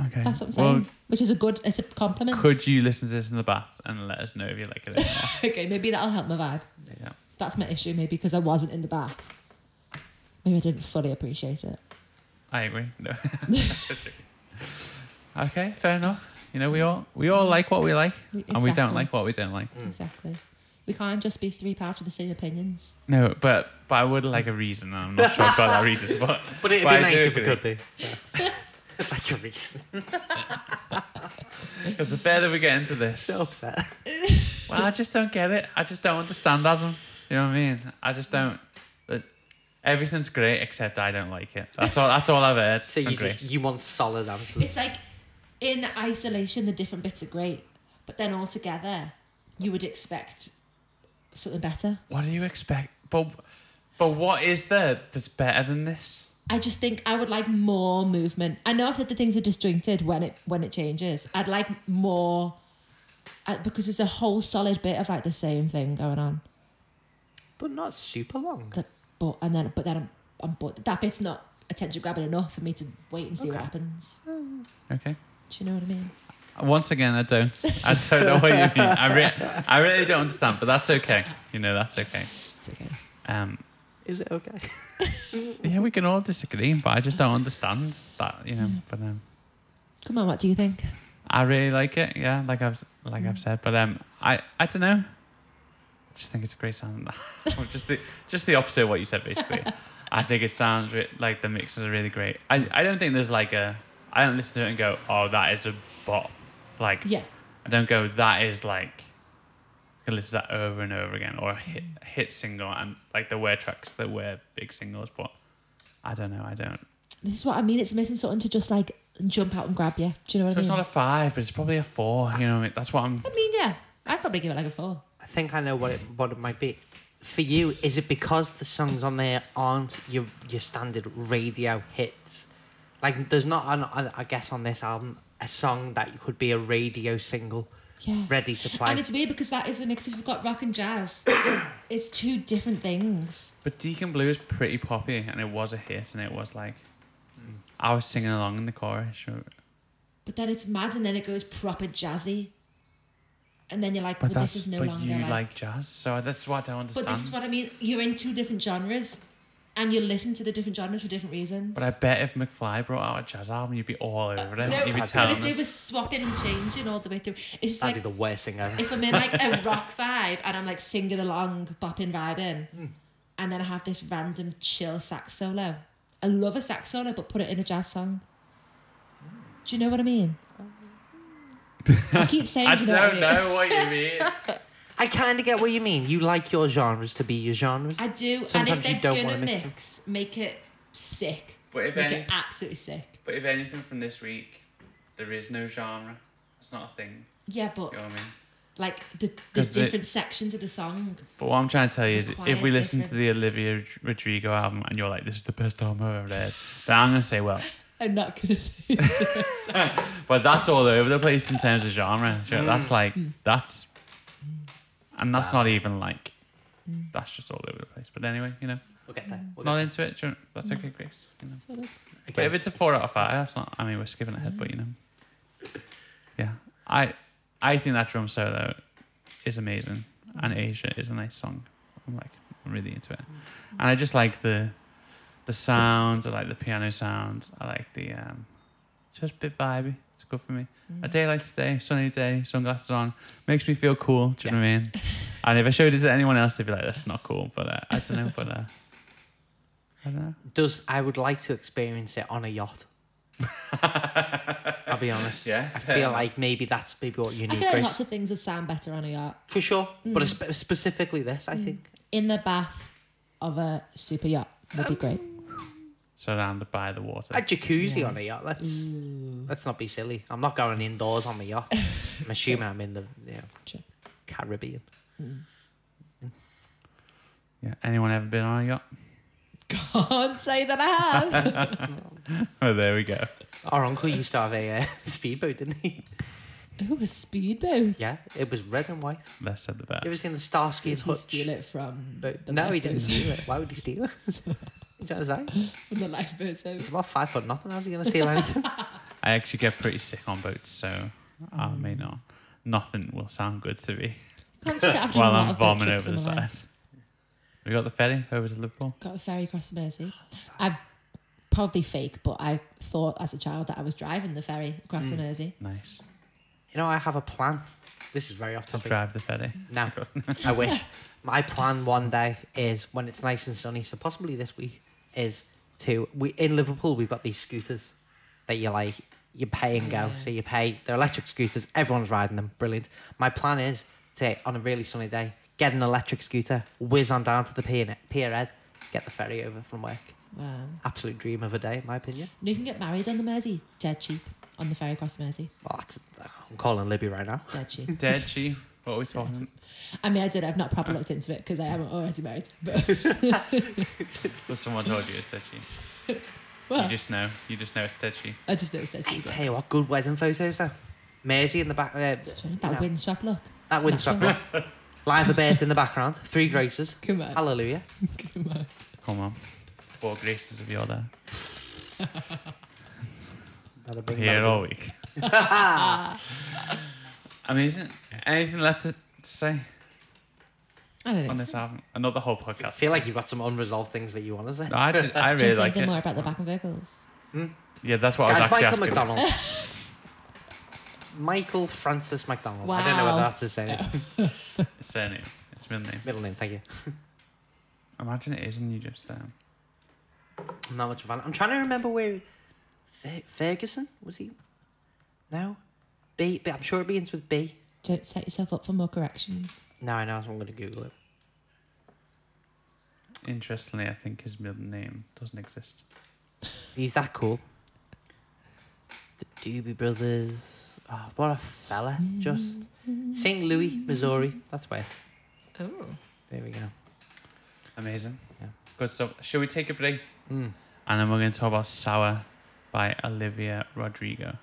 Okay. That's what I'm saying. Which is a good. It's a compliment. Well, could you listen to this in the bath and let us know if you like it? Or not? <laughs> okay, maybe that'll help my vibe. yeah. That's my issue. Maybe because I wasn't in the bath. Maybe I didn't fully appreciate it. I agree. <laughs> No. okay, fair enough. You know, we all we all like what we like, and we don't Exactly. like what we don't like. Hmm. Exactly. We can't just be three pals with the same opinions. No, but but I would like a reason. and I'm not sure I've got that reason, <laughs> but But it'd But be I nice do if it agree. could be. so. <laughs> like a reason. because the further we get into this, So upset. Well, I just don't get it. I just don't understand Adam. You know what I mean? I just don't. It, Everything's great except I don't like it. That's all. That's all I've heard. So from you Grace. just, you want solid answers. It's like in isolation, the different bits are great, but then all together, you would expect something better. what do you expect? But but what is there that's better than this? I just think I would like more movement. I know I've said the things are disjointed when it when it changes. I'd like more uh, because there's a whole solid bit of like the same thing going on. but not super long. That but and then but then I'm, I'm bored. That bit's not attention grabbing enough for me to wait and see what Okay. happens. Okay. Do you know what I mean? Once again, I don't. I don't know what you mean. I, re- I really don't understand, but that's okay. You know, that's okay. It's okay. Um, Is it okay? yeah, we can all disagree, but I just don't understand that. You know, but um, Come on, what do you think? I really like it. Yeah, like I've like I've said, but um, I I don't know. I just think it's a great sound. <laughs> just the just the opposite of what you said, basically. I think it sounds re- like the mixes are really great. I I don't think there's like a I don't listen to it and go, oh, that is a bot. Like Yeah. I don't go, that is like, I can listen to that over and over again, or a hit, Mm. a hit single, and like there were tracks that were big singles, but I don't know, I don't. This is what I mean. It's missing something to just like jump out and grab you. Do you know what So I it's mean? not a five, but it's probably a four, you know what I mean? That's what I'm. I mean, yeah. I'd probably give it like a four. I think I know what it what it might be. For you, is it because the songs on there aren't your your standard radio hits? Like, there's not, on, on- I guess, on this album, a song that could be a radio single Yeah. ready to play. And it's weird because that is the mix. If you've got rock and jazz, <coughs> it's two different things. But Deacon Blue is pretty poppy, and it was a hit, and it was like, I was singing along in the chorus. you know, Mm. But then it's mad, and then it goes proper jazzy. And then you're like, But well, that's this is no but longer you like. like, um, jazz, so that's what I don't but understand. this is what I mean. You're in two different genres, and you listen to the different genres for different reasons. but I bet if McFly brought out a jazz album, you'd be all over it. no, you'd be but telling if they us- were swapping and changing all the way through, it's just That'd like be the worst thing ever. if I'm in like a rock vibe and I'm like singing along, bopping, vibing, Hmm. and then I have this random chill sax solo. I love a sax solo, but put it in a jazz song. Hmm. Do you know what <laughs> I mean? I keep saying, I do you know what I don't mean? know what you mean. <laughs> I kind of get what you mean. You like your genres to be your genres. I do, Sometimes you and if they're don't gonna wanna mix mix, them. make it sick. But if make any- it absolutely sick. But if anything from this week, there is no genre. It's not a thing. Yeah, but You know what I mean? like the, the 'Cause they- different sections of the song. But what I'm trying to tell you is, if we Quite listen to the Olivia Rodrigo album and you're like, "This is the best album I've ever heard," then I'm gonna say, "Well, I'm not gonna <laughs> <laughs> say. but that's all over the place in terms of genre. Sure, That's like that's, and that's not even like, that's just all over the place." But anyway, you know, We'll get there. We'll get not there. into it. sure, That's okay, Grace. You know. But Okay. if it's a four out of five, that's not. I mean, we're skipping ahead, but you know. Yeah, I I think that drum solo is amazing, and Asia is a nice song. I'm like, I'm really into it, and I just like the the sounds. I like the piano sounds. I like the um, it's just a bit vibey. It's good for me. A day like today, sunny day, sunglasses on, makes me feel cool. Do you know what I mean? And if I showed it to anyone else, they'd be like, "That's not cool." But uh, I don't know. But uh, I don't know. Does I would like to experience it on a <laughs> yacht. I'll be honest. Yeah, I fair feel enough. like maybe that's maybe what you I need, feel like Grace. lots of Mm. things would sound better on a yacht. For sure, but spe- specifically this, I Mm. think. in the bath of a super yacht would be <laughs> great. Surrounded by the water. A jacuzzi Yeah. Mm. on a yacht. Let's let's not be silly. I'm not going indoors on the yacht. <laughs> I'm assuming I'm in the you know, Sure. Caribbean. Yeah. Anyone ever been on a yacht? <laughs> Can't say that I <laughs> have. <laughs> Oh, there we go. Our uncle used to have a uh, <laughs> speedboat, didn't he? Ooh, a speedboat. Yeah, it was red and white. Less said the You better. ever seen the Starsky Did and he Hutch? steal it from boat? the No, he didn't lifeboats? steal it. Why would he steal it? you know what I'm saying? <laughs> from the lifeboat? <laughs> So It's about five foot nothing. How's he going to steal anything? I actually get pretty sick on boats, so I Mm. may not. Nothing will sound good to me can't say that I've done while a lot I'm of boat vomiting trips over in the my side. life. We got the ferry over to Liverpool. Got the ferry across the Mersey. I've probably fake, but I thought as a child that I was driving the ferry across Mm. the Mersey. Nice. you know, I have a plan. This is very off To topic. drive the ferry. No, I wish. My plan one day is when it's nice and sunny, so possibly this week, is to we in Liverpool we've got these scooters that you like you pay and go. So you pay they're electric scooters, everyone's riding them, brilliant. My plan is to on a really sunny day, get an electric scooter, whiz on down to the pier pier head, get the ferry over from work. Wow. Absolute dream of a day, in my opinion. And Um, you can get married on the Mersey, dead cheap. On the ferry across the Mersey, Well, that's, I'm calling Libby right now. <laughs> dead cheap. Dead cheap. What are we talking? I mean, I don't know. I've not properly looked into it because I haven't already married. <laughs> But Well, someone told you it's dead cheap. well, You just know. You just know it's dead cheap. I just know it's dead I cheap. tell you what, good wedding photos though. Mersey in the back, uh, It's funny, that No. windswept look. that windsock <laughs> one. Live birds in the background, three graces. Come on. Hallelujah. <laughs> Come on. Come on. Four graces of your there. That'll I'm bring here back- all week. <laughs> Ah. I mean, isn't anything left to, to say I don't on think this so. album? Another whole I podcast. feel like you've got some unresolved things that you want to say. No, I, did, <laughs> I Do you really say like anything it. more about the back and vocals? Yeah, that's what Guys, I was actually Michael asking. McDonald. <laughs> Michael Francis McDonald. I don't know Wow. whether that's his surname. It's surname. It's middle name. Middle name, thank you. Imagine it isn't you just um, I'm not much of a fan. I'm trying to remember where Fer- Ferguson was he? No, B. B. I'm sure it begins with B. Don't set yourself up for more corrections. No, I know. so I'm going to Google it. Interestingly, I think his middle name doesn't exist. He's that cool. The Doobie Brothers. Oh, what a fella! Just St. Louis, Missouri. That's where. Oh. There we go. Amazing. Yeah. Good stuff. Shall we take a break? Mm. And then we're going to talk about Sour by Olivia Rodrigo.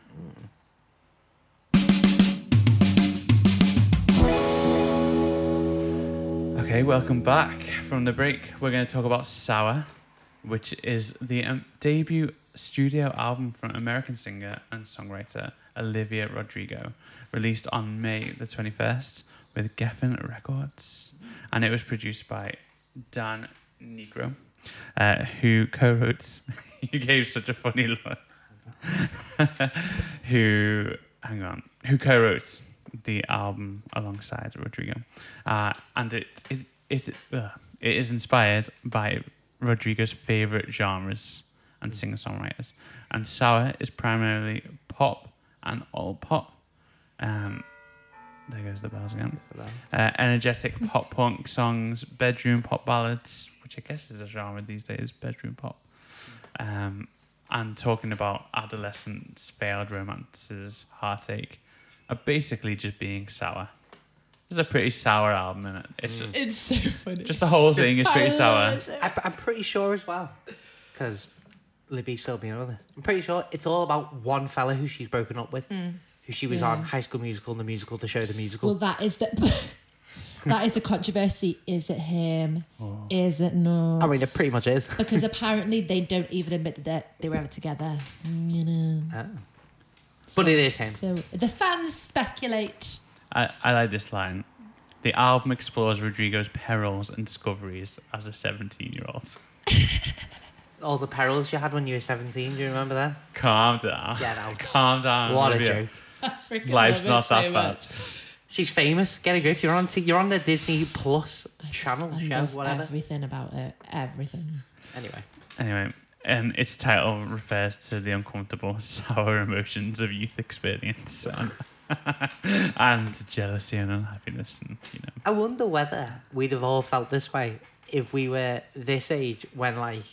Okay, welcome back from the break. We're going to talk about Sour, which is the um, debut studio album from American singer and songwriter Olivia Rodrigo, released on May the 21st with Geffen Records. And it was produced by Dan Negro uh, who co-wrote. <laughs> you gave such a funny look. <laughs> who hang on? Who co-wrote the album alongside Rodrigo? Uh, and it it it, uh, it is inspired by Rodrigo's favorite genres and singer-songwriters, and Sour is primarily pop and all pop. Um, there goes the bells again That's what I- uh, energetic pop punk songs, bedroom pop ballads, which I guess is a genre these days, bedroom pop, um, and talking about adolescence, failed romances, heartache, are basically just being sour. It's a pretty sour album, is it? It's Mm. ju- It's so funny. just, the whole thing is pretty sour. uh, I, I'm pretty sure as well, because Libby's still being honest. I'm pretty sure it's all about one fella who she's broken up with, who she was Hmm. Yeah. on High School Musical, the musical, the show, the musical. Well, that is the. <laughs> that is a controversy. Is it him? Oh. Is it not? I mean, it pretty much is. because apparently they don't even admit that they're- they were ever together. Mm, You know. Oh. But it is him. So the fans speculate. <laughs> I, I like this line. The album explores Rodrigo's perils and discoveries as a 17 year old. All the perils you had when you were 17, do you remember that? Calm down. Get <laughs> out. Calm down. What a Oh, Olivia. joke. Life's not that bad. She's famous. Get a grip. You're on, t- you're on the Disney Plus channel, I show, love whatever. Everything about it. Everything. Anyway, Anyway, um, its title refers to the uncomfortable, <laughs> sour emotions of youth experience <laughs> and, and jealousy and unhappiness, and you know, I wonder whether we'd have all felt this way if we were this age when like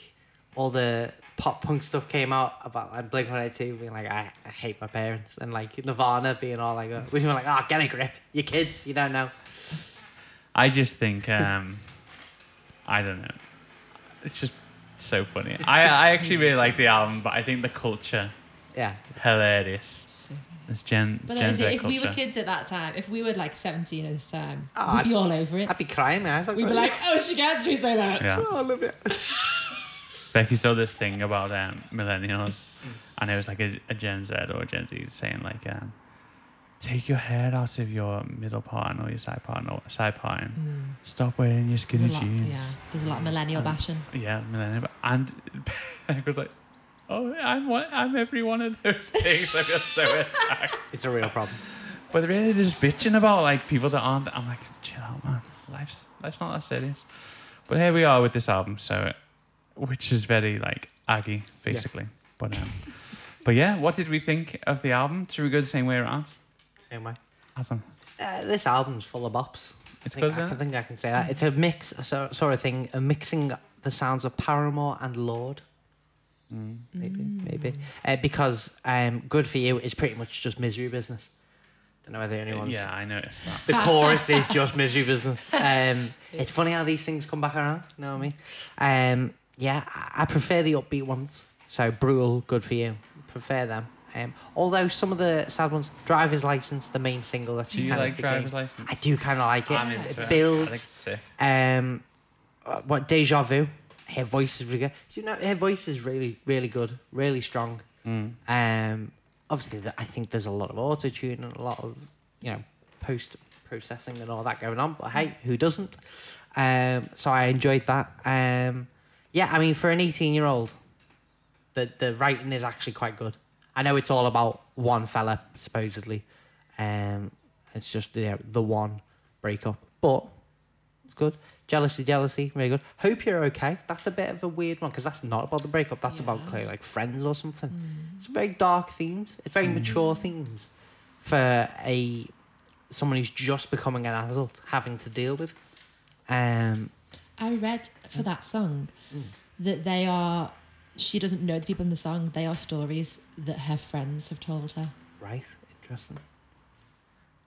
all the pop punk stuff came out about like Blink One Eighty Two being like I, I hate my parents and like Nirvana being all like oh, we were like oh get a grip you kids you don't know I just think um, I don't know. It's just so funny. I I actually really like the album, but I think the culture yeah hilarious. So- It's Gen, But Gen that is Z it. If culture. we were kids at that time, if we were like 17 at this time, Oh, we'd I'd- be all over it. I'd be crying my eyes out. We'd be like, oh, she gets me so much. yeah. <laughs> oh, I love it Becky saw this thing about um, millennials, and it was like a, a Gen Z or a Gen Z saying like, um, "Take your hair out of your middle part and all your side part and all, side part, and Mm. stop wearing your There's skinny a lot, jeans." yeah, there's a lot of millennial Um, bashing. Yeah, millennial. And <laughs> Beck was like, "Oh, I'm one, I'm every one of those things. I feel so <laughs> attacked." it's a real problem But really, they're just bitching about like people that aren't. I'm like, chill out, man. Life's life's not that serious. But here we are with this album, so which is very like Aggie, basically. But um, but yeah, what did we think of the album? Should we go the same way around? same way Adam, uh, this album's full of bops it's I think good. I isn't can it? think I can say that it's a mix so, sort of thing a mixing the sounds of Paramore and Lord. Mm. Maybe, maybe. Uh, because um, Good For You is pretty much just misery business. Don't know whether anyone's. Uh, Yeah, I noticed that. <laughs> The chorus is just misery business. Um, it's funny how these things come back around, you know what I mean? Um, yeah, I, I prefer the upbeat ones. So, Brutal, Good For You, prefer them. Um, although some of the sad ones, Driver's License, the main single that she Do you kind like of became- driver's license? I do kind of like it. I'm Yeah. into it. it I think it's builds. sick. Um, uh, what Deja Vu? Her voice is really good. You know, her voice is really, really good, really strong. Um, obviously, th- I think there's a lot of auto tune and a lot of you know post processing and all that going on. But hey, who doesn't? Um, so I enjoyed that. Um, yeah, I mean, for an 18 year old, the the writing is actually quite good. I know it's all about one fella supposedly. Um, it's just the the one breakup, but it's good. Jealousy, jealousy, very good. Hope you're okay. That's a bit of a weird one because that's not about the breakup. That's about Yeah. clearly like friends or something. Hmm. It's very dark themes. It's very mature themes for a someone who's just becoming an adult having to deal with. Um, I read Mm. for that song that they are. She doesn't know the people in the song. They are stories that her friends have told her. right, interesting.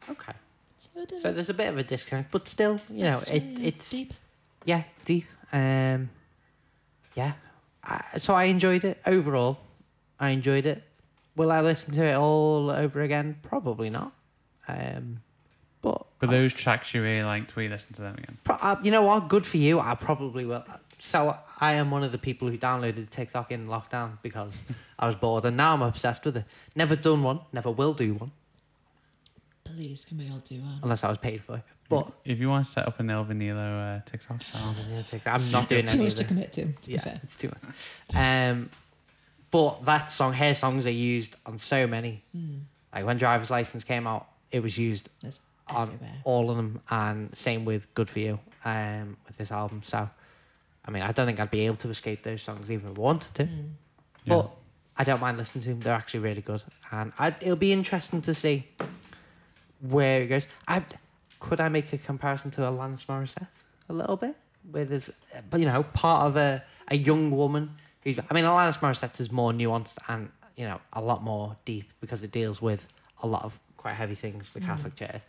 Okay. So, I don't So know. there's a bit of a disconnect, but still, you know, It's it, really it's deep. yeah deep. Um, yeah, I, so I enjoyed it overall. I enjoyed it. Will I listen to it all over again? Probably not. Um, but But those tracks you really liked, we listen to them again. Pro- uh, you know what? Good for you. I probably will. So I am one of the people who downloaded TikTok in lockdown because I was bored, and now I'm obsessed with it. Never done one. Never will do one Please, can we all do one? unless I was paid for it. But If you want to set up an El Vanilo uh, TikTok channel, I'm not doing It's too any much of to it. commit to. To be Yeah, fair, it's too much. Um, but that song, her songs are used on so many. Mm. Like when Driver's License came out, it was used that's on everywhere. all of them, and same with Good for You um, with this album. So, I mean, I don't think I'd be able to escape those songs even if I wanted to. Mm. yeah. But I don't mind listening to them. They're actually really good, and I, it'll be interesting to see where it goes. I could I make a comparison to Alanis Morissette a little bit, where there's, uh, but you know, part of a a young woman who's. I mean, Alanis Morissette is more nuanced and you know a lot more deep because it deals with a lot of quite heavy things, the Catholic Church,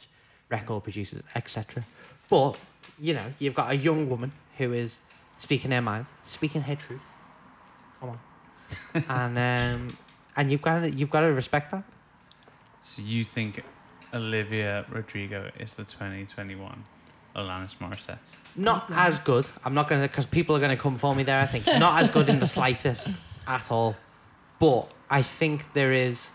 record producers, etc. But you know, you've got a young woman who is speaking her mind, speaking her truth. Come on, and um, and you've got to, you've got to respect that. so you think Olivia Rodrigo is the 2021 Alanis Morissette? Not Big as ones. good. I'm not gonna because people are gonna come for me there. I think not as good in <laughs> the slightest at all. But I think there is.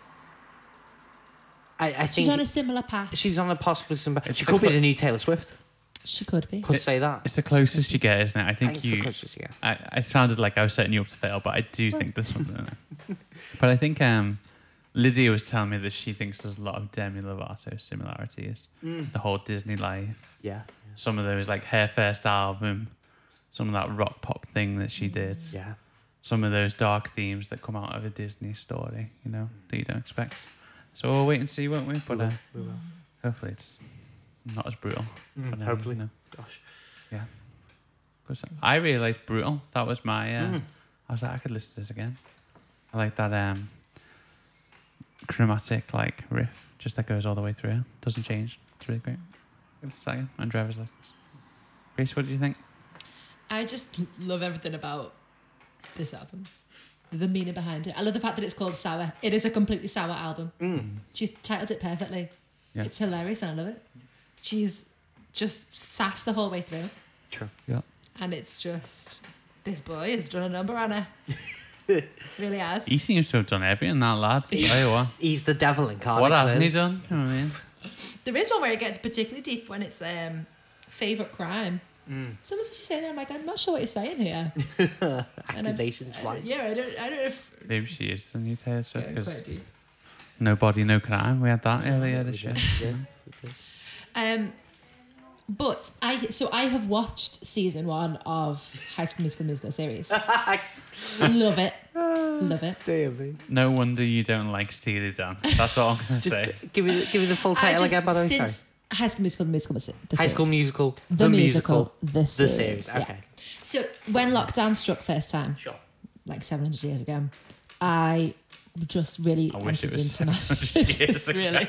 I, I think She's on a similar path. she's on a possible. Some, It's she the could be cl- the new Taylor Swift. She could be. Could It- say that. It's the closest you get, isn't it? I think it's the you. closest you get. I, I sounded like I was setting you up to fail, but I do think there's something in there. <laughs> But I think um, Lydia was telling me that she thinks there's a lot of Demi Lovato similarities. Mm. The whole Disney life, Yeah. some of those like her first album, some of that rock pop thing that she did, Yeah. some of those dark themes that come out of a Disney story, you know, that you don't expect. So we'll wait and see, won't we? But uh, We will. hopefully it's not as brutal. Mm, But, um, hopefully. no. Gosh. 'Cause I really liked Brutal. That was my. Uh, Mm. I was like, I could listen to this again. I like that um, chromatic like riff, just that goes all the way through. Doesn't change. It's really great. Give it a second. And driver's license. Grace, what do you think? I just love everything about this album. The meaning behind it. I love the fact that it's called Sour. It is a completely sour album. Mm. She's titled it perfectly. Yeah. It's hilarious and I love it. She's just sass the whole way through. True. And it's just, this boy has done a number on her. really has. He seems to have done everything, that lad. Tell you what. Mm. He's the devil in Cardiff. What hasn't he done? You know what I mean? There is one where it gets particularly deep when it's um, favourite crime. Mm. Someone said you saying that. I'm like, I'm not sure what you're saying here. Mm. And I'm- <laughs> Accusations flying. yeah, I don't, I don't know if. Maybe she is the new Taylor Swift Going 'cause quite deep. no body, no crime. We had that earlier We this year. did, we did, we did. Um, but I so I have watched season one of High School Musical Musical series. Love it, love it. Damn me. No wonder you don't like Steely Dan. That's all I'm gonna <laughs> Just say. give me the, give me the full I title just- again, by the way. since High School Musical, the musical, the High series. School Musical, the, musical, the series. the series. yeah. Okay, So when lockdown struck first time, sure. like 700 years ago, I just really I wish entered it was into my 700 <laughs> years ago. really.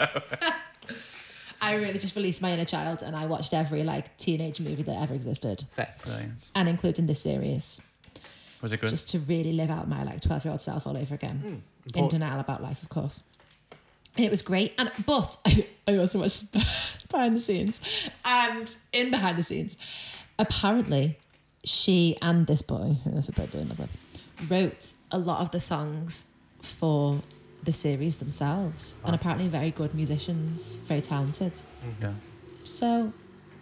I really just released my inner child and I watched every like teenage movie that ever existed, Fair. Brilliant. and including this series, Was it good? just to really live out my like 12 year old self all over again, in Mm, Important. denial about life, of course. And it was great, and but <laughs> I also watched <laughs> behind the scenes, and in behind the scenes, apparently, she and this boy who I was about doing love with wrote a lot of the songs for the series themselves, and Wow. apparently very good musicians, very talented. Mm. yeah. So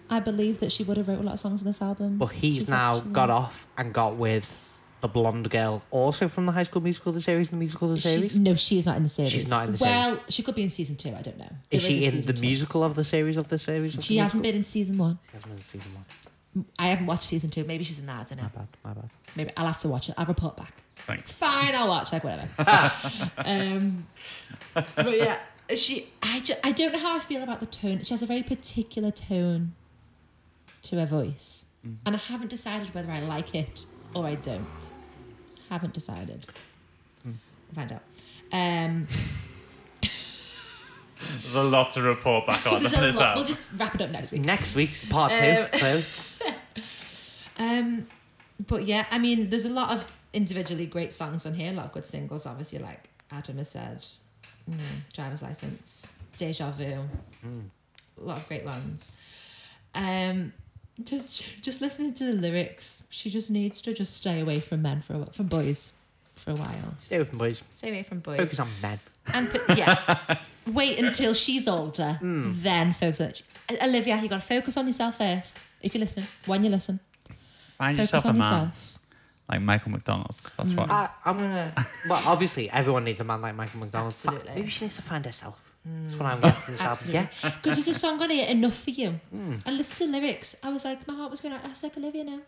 I believe that she would have wrote a lot of songs on this album. But he's She's now actually- got off and got with the blonde girl, also from the High School Musical, the series, the musical, the series. She's, no, she's not in the series. She's not in the well, she could be in season two. I don't know. There Is she a in season the two. musical of the series of the series? Of She the hasn't musical? been in season one. She hasn't been in season one. I haven't watched season two. Maybe she's in that. I don't My know. bad. My bad. Maybe I'll have to watch it. I'll report back. Thanks. Fine, I'll watch. Like <laughs> whatever. um, but yeah, she. I, ju- I don't know how I feel about the tone. She has a very particular tone to her voice, Mm-hmm. and I haven't decided whether I like it or I don't. Haven't decided. Hmm. I'll Find out. <laughs> Um, There's a lot to report back on. there's this a <laughs> lot. app. We'll just wrap it up next week. Next week's part two. Um, clearly. <laughs> Um, but yeah, I mean, there's a lot of individually great songs on here, a lot of good singles, obviously, like Adam has said, mm, Driver's License, Deja Vu, hmm, a lot of great ones. Um, just just listening to the lyrics, she just needs to just stay away from men for a, wh- from boys for a while. Stay with me, boys. Stay away from boys Focus on men. and put, yeah, <laughs> wait until she's older, Hmm. then focus. On, Olivia, you got to focus on yourself first. If you listen, when you listen, Find focus yourself a on Mm. man yourself. like Michael McDonald. That's what. Ah, I, I'm gonna. <laughs> Well, obviously, everyone needs a man like Michael McDonald. Fuck, Absolutely. Mm. Maybe she needs to find herself. That's what I'm getting from this album. Yeah. Hmm, Absolutely. Because there's a song on here, Enough for You. I listened to the lyrics. I was like, my heart was going out. I was like, Olivia now.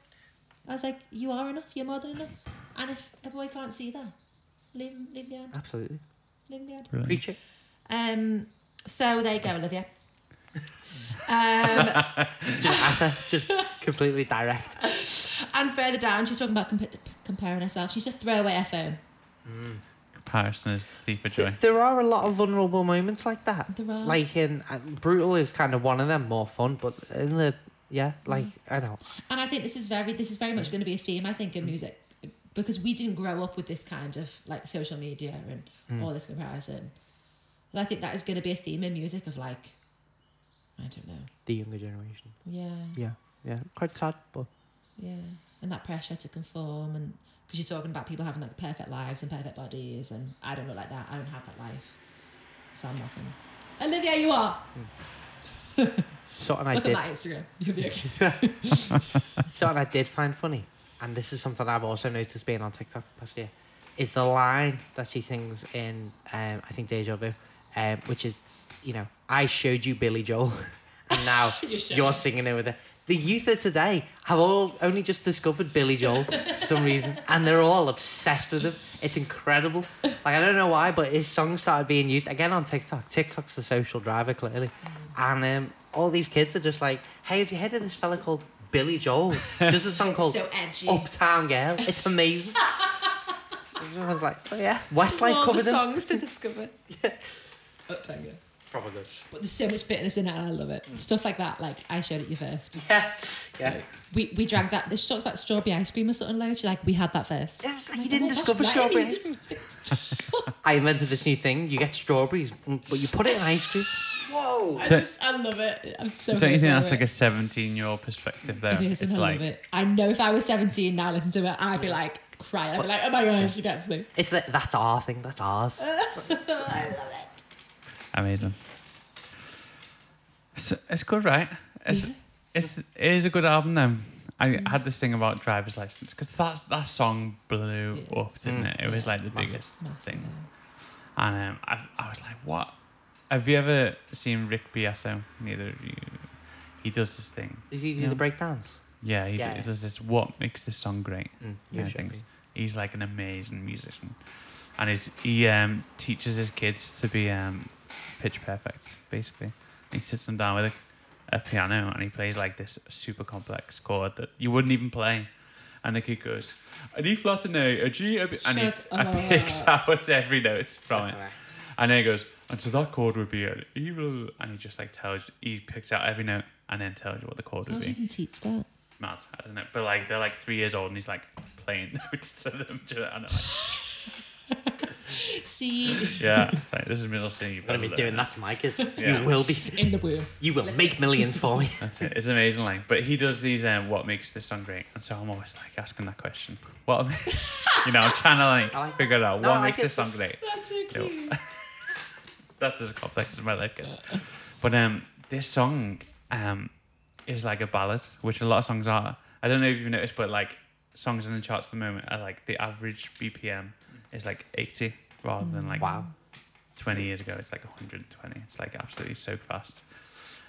I was like, you are enough. You're more than enough. And if a boy can't see that, leave him, leave him behind. Absolutely. Leave him behind. Brilliant. Preach it. Um, so there you go, Olivia. Um, Just utter. <laughs> Just completely direct. and further down, she's talking about comp- comparing herself. She's a throwaway her phone. Hmm. Comparison is the thief of <laughs> joy. There are a lot of vulnerable moments like that. There are. Like in uh, brutal is kind of one of them, more fun, but in the yeah, like Mm. I know. And I think this is very this is very much going to be a theme I think in music because we didn't grow up with this kind of like social media and mm, all this comparison. But I think that is going to be a theme in music of like I don't know. The younger generation. Yeah. Yeah, yeah, quite sad, but Yeah. And that pressure to conform and because you're talking about people having like perfect lives and perfect bodies and I don't look like that. I don't have that life. So I'm nothing. Olivia, you are. something I Look did, at my Instagram. <laughs> You'll be okay. something I did find funny, and this is something I've also noticed being on TikTok past year, is the line that she sings in, um, I think Deja Vu, um, which is, you know, I showed you Billy Joel, <laughs> and now <laughs> You're showing. you're singing it with her. The youth of today have all only just discovered Billy Joel for some reason, and they're all obsessed with him. It's incredible. Like I don't know why, but his song started being used again on TikTok. TikTok's the social driver clearly, and um, all these kids are just like, "Hey, have you heard of this fella called Billy Joel? Does a song <laughs> called So edgy. <laughs> Uptown Girl? <laughs> It's amazing." I was like, oh, "Yeah, Westlife All covered the him." songs to discover. <laughs> Oh, thank you. Probably. But there's so much bitterness in it, and I love Mm. it. Stuff like that, like I showed it you first. Yeah, yeah. We we drank that. She talks about strawberry ice cream or something low. She's like, we had that first. It was like I'm you like, didn't "Oh my gosh, discover that strawberries. is- I invented this new thing. You get strawberries, mm, but you put it in ice cream. <laughs> Whoa! I Don't- just I love it. I'm so. Don't you think here that's for like a 17 year old perspective there? It is, and it's I like love it. I know if I was 17 now, listen to it, I'd be like crying. I'd be like, oh my gosh, she gets me. It's that. That's our thing. That's ours. Uh, I love it. amazing. It's, it's good, right? It's, it's it is a good album. Then I Mm. had this thing about driver's license because that that song blew Yes. up, didn't it? It was like the Massive. biggest Mm. Massive, thing. yeah. And um, I, I was like, what? Have you ever seen Rick Beato? Neither of you. He does this thing. Does he do Yeah. the breakdowns? Yeah, he, Yeah. d does this. What makes this song great? Mm, Yeah, thanks. He's like an amazing musician, and his, he um, teaches his kids to be um, pitch perfect, basically. He sits them down with a a piano and he plays like this super complex chord that you wouldn't even play. And the kid goes, an E flat and A, a G, a B, and he Shut <laughs> and up. picks out every note from it. And then he goes, and so that chord would be an E, blah, blah, blah," and he just like tells you, he picks out every note and then tells you what the chord How would do you be. even teach that? Mad, I don't know. But like they're like three years old and he's like playing <laughs> notes to them. Do you know what I mean? See, Yeah, it's like, this is middle school. You've I'm gonna got be to doing learn. that to my kids. Yeah. You will be. in the womb. You will make millions for me. That's it. It's amazing, like, but he does these. Um, what makes this song great? And so I'm always like asking that question. What, <laughs> am- you know, I'm trying to I like like- figure it out No, what I makes like this it. song great. <laughs> That's so No. <laughs> cute. That's as complex as my life gets. But um, this song um is like a ballad, which a lot of songs are. I don't know if you've noticed, but like songs in the charts at the moment are like the average BPM is like 80 rather than like Wow. 20 years ago it's like 120 it's like absolutely so fast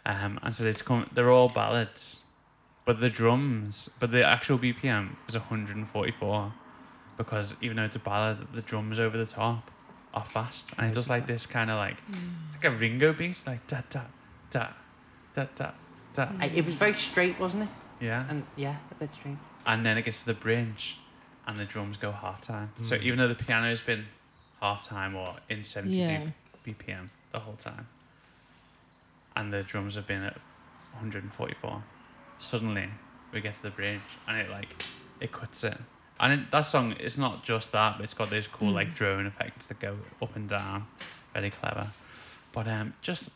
um and so it's come they're all ballads but the drums but the actual bpm is 144 because even though it's a ballad the drums over the top are fast and it does like this kind of like it's like a ringo beat like da da da da da da I, it was very straight, wasn't it? yeah And yeah, a bit straight. and then it gets to the bridge and the drums go half time so even though the piano's been half time or in 72 Yeah. bpm the whole time and the drums have been at 144 suddenly we get to the bridge and it like it cuts it and it, that song it's not just that but it's got those cool like drone effects that go up and down very clever but um just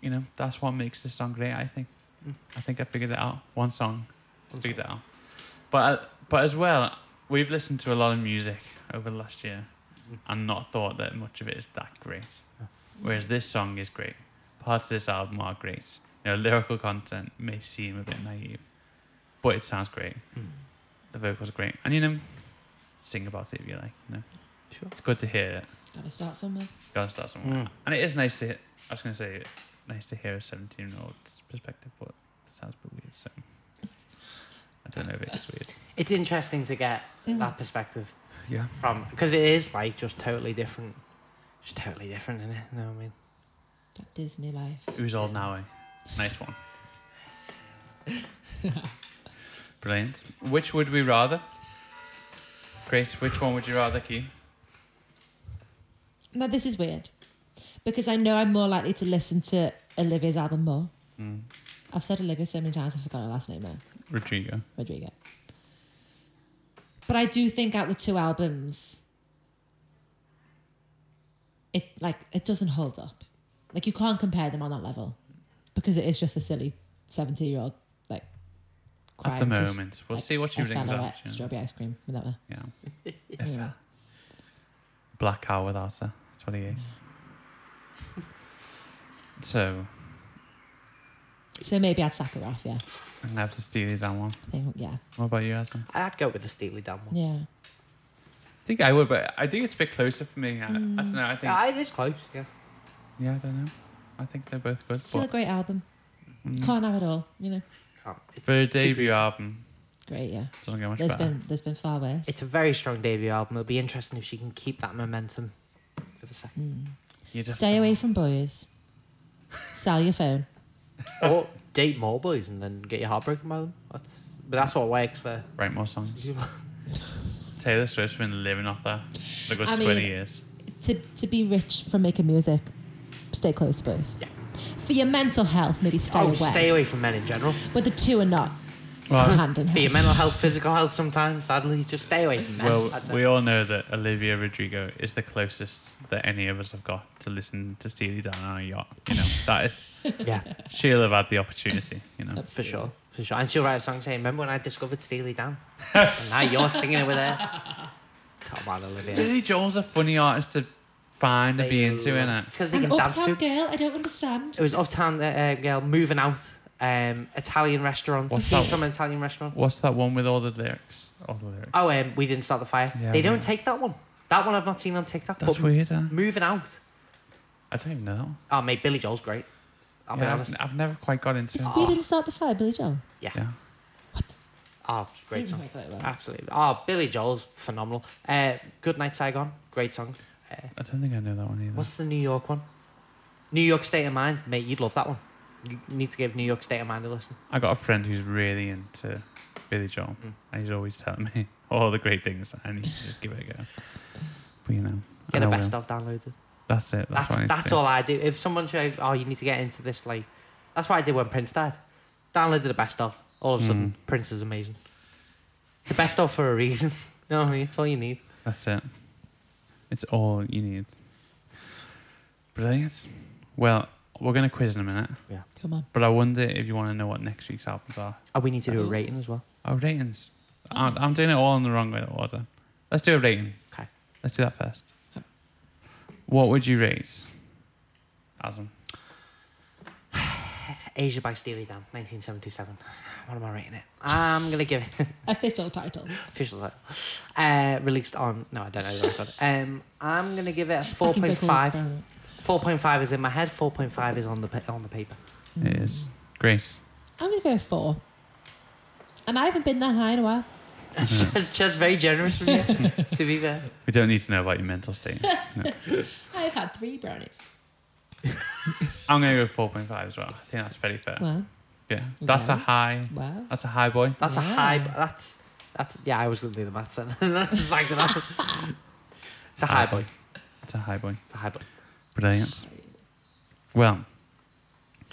you know that's what makes this song great i think Mm. i think i figured it out one song figured it out but uh, but as well we've listened to a lot of music over the last year Mm. and not thought that much of it is that great whereas this song is great parts of this album are great you know lyrical content may seem a bit naive but it sounds great Mm. the vocals are great and you know sing about it if you like you know Sure. it's good to hear it Gotta start somewhere. gotta start somewhere. Mm. And it is nice to. he- I was gonna say, nice to hear a seventeen-year-old's perspective, but it sounds a bit weird. So I don't know if it's weird. It's interesting to get Mm. that perspective Yeah. from because it is like just totally different. Just totally different, innit? You know what I mean? That Disney life. Who's old now? Eh? Nice one. Brilliant. Which would we rather? Grace, which one would you rather keep? Now this is weird, because I know I'm more likely to listen to Olivia's album more. Mm. I've said Olivia so many times I forgot her last name now. Rodrigo. Rodrigo. But I do think out the two albums, it like it doesn't hold up. Like you can't compare them on that level because it is just a silly seventy-year-old like. At the crying 'cause moment, we'll like, see what she I fell brings out up. at strawberry ice cream. Whatever. Yeah. <laughs> You know. Black Hour with Arthur. That's what he is. <laughs> so So maybe I'd sack her off. Yeah. I'm gonna have to steal his on one. I think. Yeah. What about you, Adam? I'd go with the Steely Dan one. Yeah. I think I would, but I think it's a bit closer for me. I, I don't know. Mm. I think. Yeah, it is close. Yeah. yeah, I don't know. I think they're both good. Still a But, great album. mm. Can't have it all. You know. Can't- It's, For a debut album, Great. Yeah. doesn't get much There's better. been there's been far worse. it's a very strong debut album. It'll be interesting if she can keep that momentum for the second. Mm. You'd have Stay to- away from boys. Sell your phone. or <laughs> date more boys and then get your heart broken by them. That's but that's what works <laughs> for. Write more songs. Taylor Swift's been living off that for a good I mean- twenty years. To, to be rich from making music, stay close, boys. Yeah. For your mental health, maybe stay oh, away. stay away from men in general. but the two are not Well, sort of hand in For your hand. mental health, physical health, sometimes sadly, just stay away from men. Well, That's it. we all know that Olivia Rodrigo is the closest that any of us have got to listen to Steely Dan on a yacht. You <laughs> know, that is yeah, she'll have had the opportunity. You know, for Absolutely. sure, for sure. And she'll write a song saying, "Remember when I discovered Steely <laughs> Dan? and now you're singing over there." Come on, Olivia. Billy Joel's a funny artist to find and be into, innit? It's because they An can dance to. uptown it. girl, I don't understand. It was uptown uh, girl moving out. Um, Italian restaurant. What's Some- that? Some Italian restaurant. What's that one with all the lyrics? All the lyrics. Uh, Oh, um, we didn't start the fire. Yeah, they we- don't take that one. That one I've not seen on TikTok. That's but weird. Huh? moving out. I don't even know. Oh, mate, Billy Joel's great. I'll be Yeah, honest. I've, I've never quite got into. It's, it. We didn't start the fire, Billy Joel. Yeah. Oh, I great don't song. know if I thought it was. Absolutely. Oh, Billy Joel's phenomenal. Uh, Good Night Saigon, great song. Uh, I don't think I know that one either. what's the New York one? New York State of Mind, mate, you'd love that one. You need to give New York State Amanda a listen. I got a friend who's really into Billy Joel, Mm. and he's always telling me <laughs> all the great things, I need to just give it a go. But you know, Get and a I best will. of downloaded. That's it. That's, That's what I that's, need to do. all I do. If someone shows, oh, you need to get into this, like, that's what I did when Prince died. Downloaded the best of. All of a sudden, Mm. Prince is amazing. It's the best of for a reason. <laughs> you know what I mean? It's all you need. That's it. It's all you need. Brilliant. Well, we're going to quiz in a minute, Come on. but I wonder if you want to know what next week's albums are. Oh, we need to do a That's- rating as well. Oh, ratings. Oh, I'm, I'm doing it all in the wrong way, order. Let's do a rating. 'Kay. Let's do that first. Yep. What would you rate? Asm. Asia by Steely Dan, 1977. What am I rating it? I'm gonna give it Official title. official title. Uh, released on no, I don't know the record. Um, I'm gonna give it a Fucking Biggles 4.5. from- 4.5 is in my head. 4.5 is on the pa- on <laughs> the paper. It is. Grace. I'm going to go with four. And I haven't been that high in a while. It's Hmm. just, it's just very <laughs> generous from you. to be fair, We don't need to know about your mental state. No. I've had three brownies. I'm going to go 4.5 as well. I think that's very fair. Wow. Yeah. That's a Wow. high. Wow. That's a high boy. that's a Yeah. high. That's that's yeah. I was gonna do the maths and <laughs> that's exactly that. It's a high Uh, boy. That's a high boy. It's a high boy. Brilliant. Well, do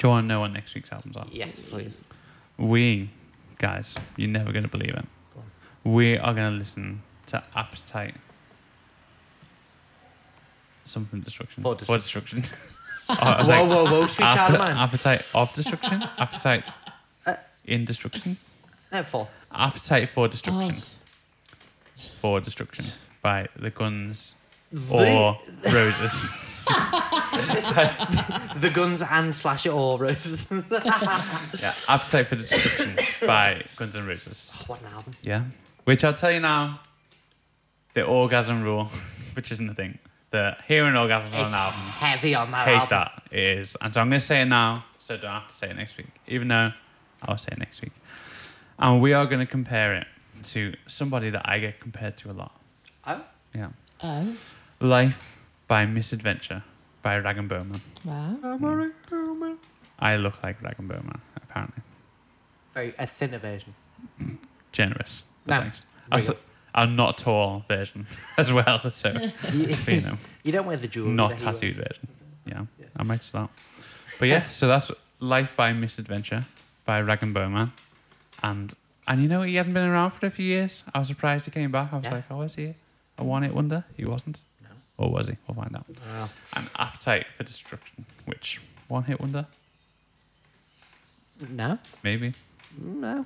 you want to know what next week's albums are? Yes, please. We, guys, you're never going to believe it. Go on. We are going to listen to Appetite. Something destruction. For destruction. <laughs> oh, I was Whoa, like, whoa, whoa, sweet child appe- of mine. appetite of <laughs> destruction? appetite Uh, in destruction? No, four. Appetite for Oh, destruction. For destruction by the Guns <laughs> or Roses. the, the guns and slasher or roses. yeah, Appetite for Destruction by Guns N' Roses. <laughs> what an album. Yeah. Which I'll tell you now, the orgasm rule, <laughs> which isn't a thing. The hearing orgasms on an It's album. heavy on that Hate album. that. It is. And so I'm gonna say it now, so I don't have to say it next week. Even though I'll say it next week. And we are gonna compare it to somebody that I get compared to a lot. Oh. Yeah. oh, Life by Misadventure by Rag and Bowman. wow. I look like Rag and Bowman, apparently. Very a <laughs> thinner version. <laughs> Generous. No. Thanks. I was- I'm not tall version <laughs> as well, <laughs> so you, you know. you don't wear the jewelry. not that he wears. tattooed version. Yeah, Yeah. I might start. But yeah, so that's Life by Misadventure by Rag and Bowman. And and you know he hadn't been around for a few years. I was surprised he came back. I was Yeah. like, oh, is he a one hit wonder? He wasn't. No. Or was he? We'll find out. Well, And Appetite for Destruction, which one hit wonder? no, Maybe. Mm, no.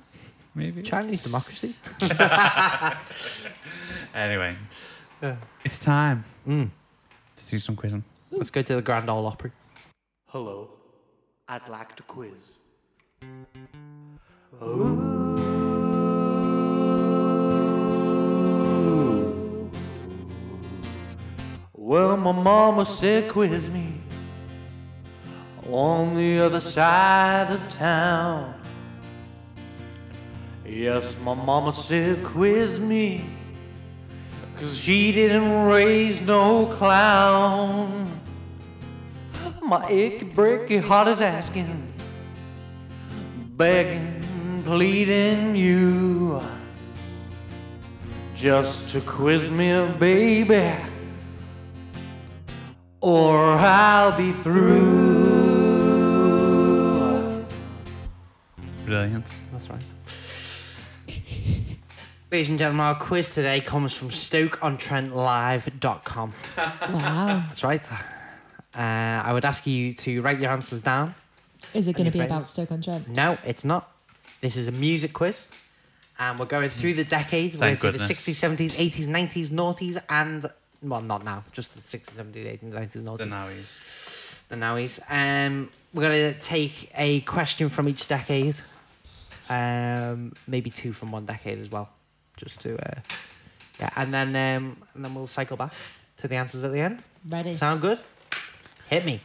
Maybe. Chinese democracy. Anyway, Yeah. it's time Mm. to do some quizzing. <laughs> Let's go to the Grand Ole Opry. Hello. I'd like to quiz. Well, my mama said quiz me on the other side of town. Yes, my mama said quiz me, cause she didn't raise no clown. My achy, breaky heart is asking, begging, pleading you just to quiz me, baby, or I'll be through. Brilliant. That's right. <laughs> Ladies and gentlemen, our quiz today comes from StokeOnTrentLive.com. Wow. <laughs> That's right. Uh, I would ask you to write your answers down. Is it going your to be about friends? Stoke on Trent? No, it's not. This is a music quiz. And we're going through the decades. We're going Thank through goodness. the 60s, 70s, 80s, 90s, noughties, and. Well, not now. Just the 60s, 70s, 80s, 90s, noughties. The Nowies. the nowies. Um, we're gonna take a question from each decade, um, maybe two from one decade as well, just to uh, yeah, and then um, and then we'll cycle back to the answers at the end. Ready? Sound good? Hit me.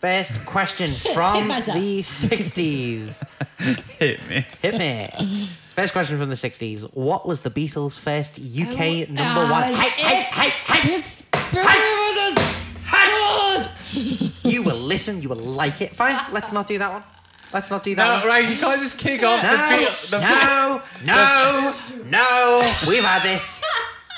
First <laughs> question from myself. the sixties. <laughs> Hit me. Hit me. First question from the sixties. What was the Beatles' first UK Oh, number one? ah, Hey, hey, hey, hey! This- Come on. You were listen, you will like it. Fine, let's not do that one. Let's not do that No, one. right, you can't just kick off the field. The No, no, no, no, we've had it.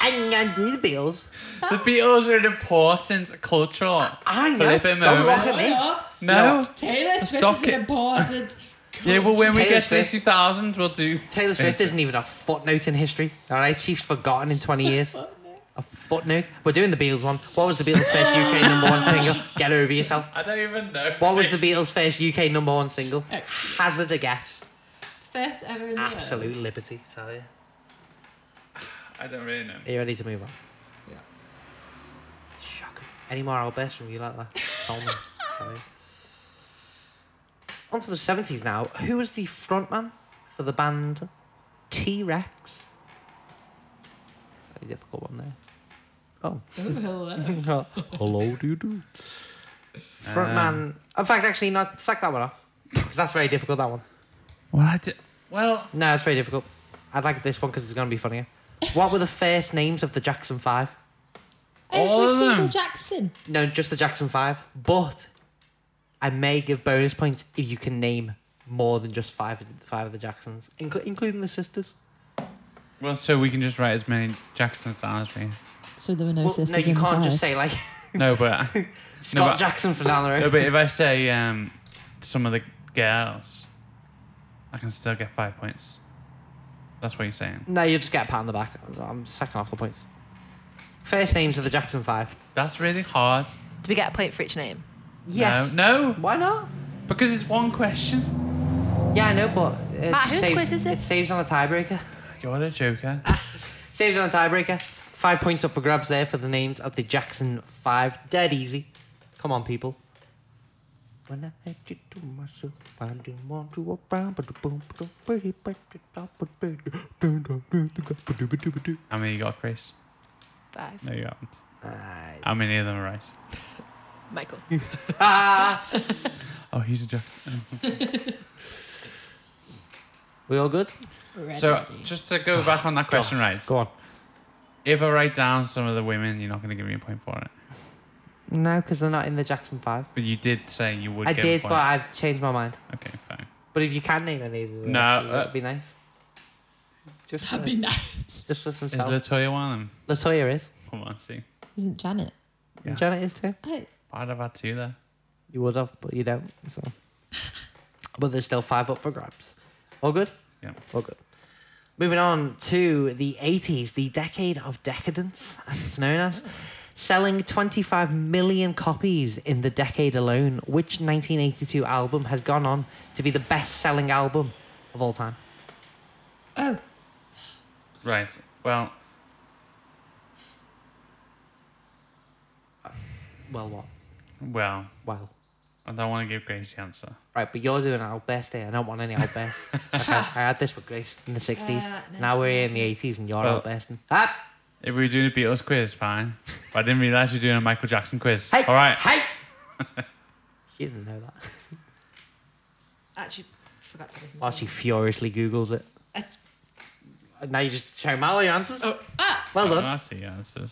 I'm gonna do the Beatles. The Beatles are an important cultural I know. Felipe Don't moment. laugh at Hold me. up. No. Taylor Swift Stop is it. an important. <laughs> Yeah, well, when we Taylor get to the Swift. 2000s, we'll do. <laughs> Taylor Swift isn't even a footnote in history. All right, she's forgotten in 20 years. A footnote. We're doing the Beatles one. What was the Beatles' first UK number <laughs> one single? Get over yourself. I don't even know. What was the Beatles' first UK number one single? Excellent. Hazard a guess. First ever in the world. Absolute liberty. Tell you. <laughs> I don't really know. Are you ready to move on? Yeah. Shocking. Any more outbursts from you like that? Solomons. Sorry. On to the 70s now. Who was the frontman for the band T Rex? Very difficult one there. Oh. <laughs> Oh, hello. Hello, do you do? Frontman. In fact, actually, not sack that one off. Because that's very difficult, that one. Well, I d- well, No, it's very difficult. I like this one because it's going to be funnier. What were the first names of the Jackson Five? All Every of single them. Jackson. No, just the Jackson Five. But I may give bonus points if you can name more than just five of the, five of the Jacksons, inclu- including the sisters. well, so we can just write as many Jacksons down as <laughs> we. So there were no Well, sisters no, you in the can't five. just say <laughs> like No, but Scott but- Jackson from down the road. no, but if I say um, some of the girls, I can still get five points. That's what you're saying. No, you just get a pat on the back. I'm sacking off the points. First names of the Jackson Five. That's really hard. Do we get a point for each name? Yes. No, no, Why not? because it's one question. Yeah, I know, but it Matt, whose saves, quiz is it this? saves on a tiebreaker. <laughs> You're a joker. Ah. Saves on a tiebreaker. Five points up for grabs there for the names of the Jackson Five. Dead easy. Come on, people. When I had you to myself, I didn't want to walk around, but the boom, but the pretty, but the top, but the- dun, dun, dun, dun, dun, dun, dun, dun. How many you got, Chris? Five. No, you haven't. Aye. How many of them are right? Michael. Ah, Oh, he's a Jackson. we all good? Ready. So, just to Oh, go back on that question, right? Go on. If I write down some of the women, you're not going to give me a point for it. No, because they're not in the Jackson Five. But you did say you would. I give did, a but point. I've changed my mind. Okay, fine. But if you can name any of the No, Jacksons, uh, that'd be nice. Just for, That'd be nice. just for some Is self. Latoya one of them? Latoya is. Come on, see. Isn't Janet? Yeah. Janet is too. I, I'd have had two there. You would have, but you don't. So, but there's still five up for grabs. All good. Yeah. All good. Moving on to the 80s, the decade of decadence, as it's known as, selling 25 million copies in the decade alone. Which 1982 album has gone on to be the best-selling album of all time? oh, Right. Well, Well, what? well, Well, I don't want to give Grace the answer. right, but you're doing our best here. I don't want any our best. Like, I, I had this with Grace in the 60s. Uh, no, now we're here in it's the 80s, and you're Well- our best. Ah, If we were doing a Beatles quiz, fine. But I didn't realize you were doing a Michael Jackson quiz. Hey, All right. Hey! <laughs> she didn't know that. Actually, forgot to listen. While to she it. furiously Googles it. That's- Now you just show Mal your answers. oh, ah! well Oh, done. I see your answers.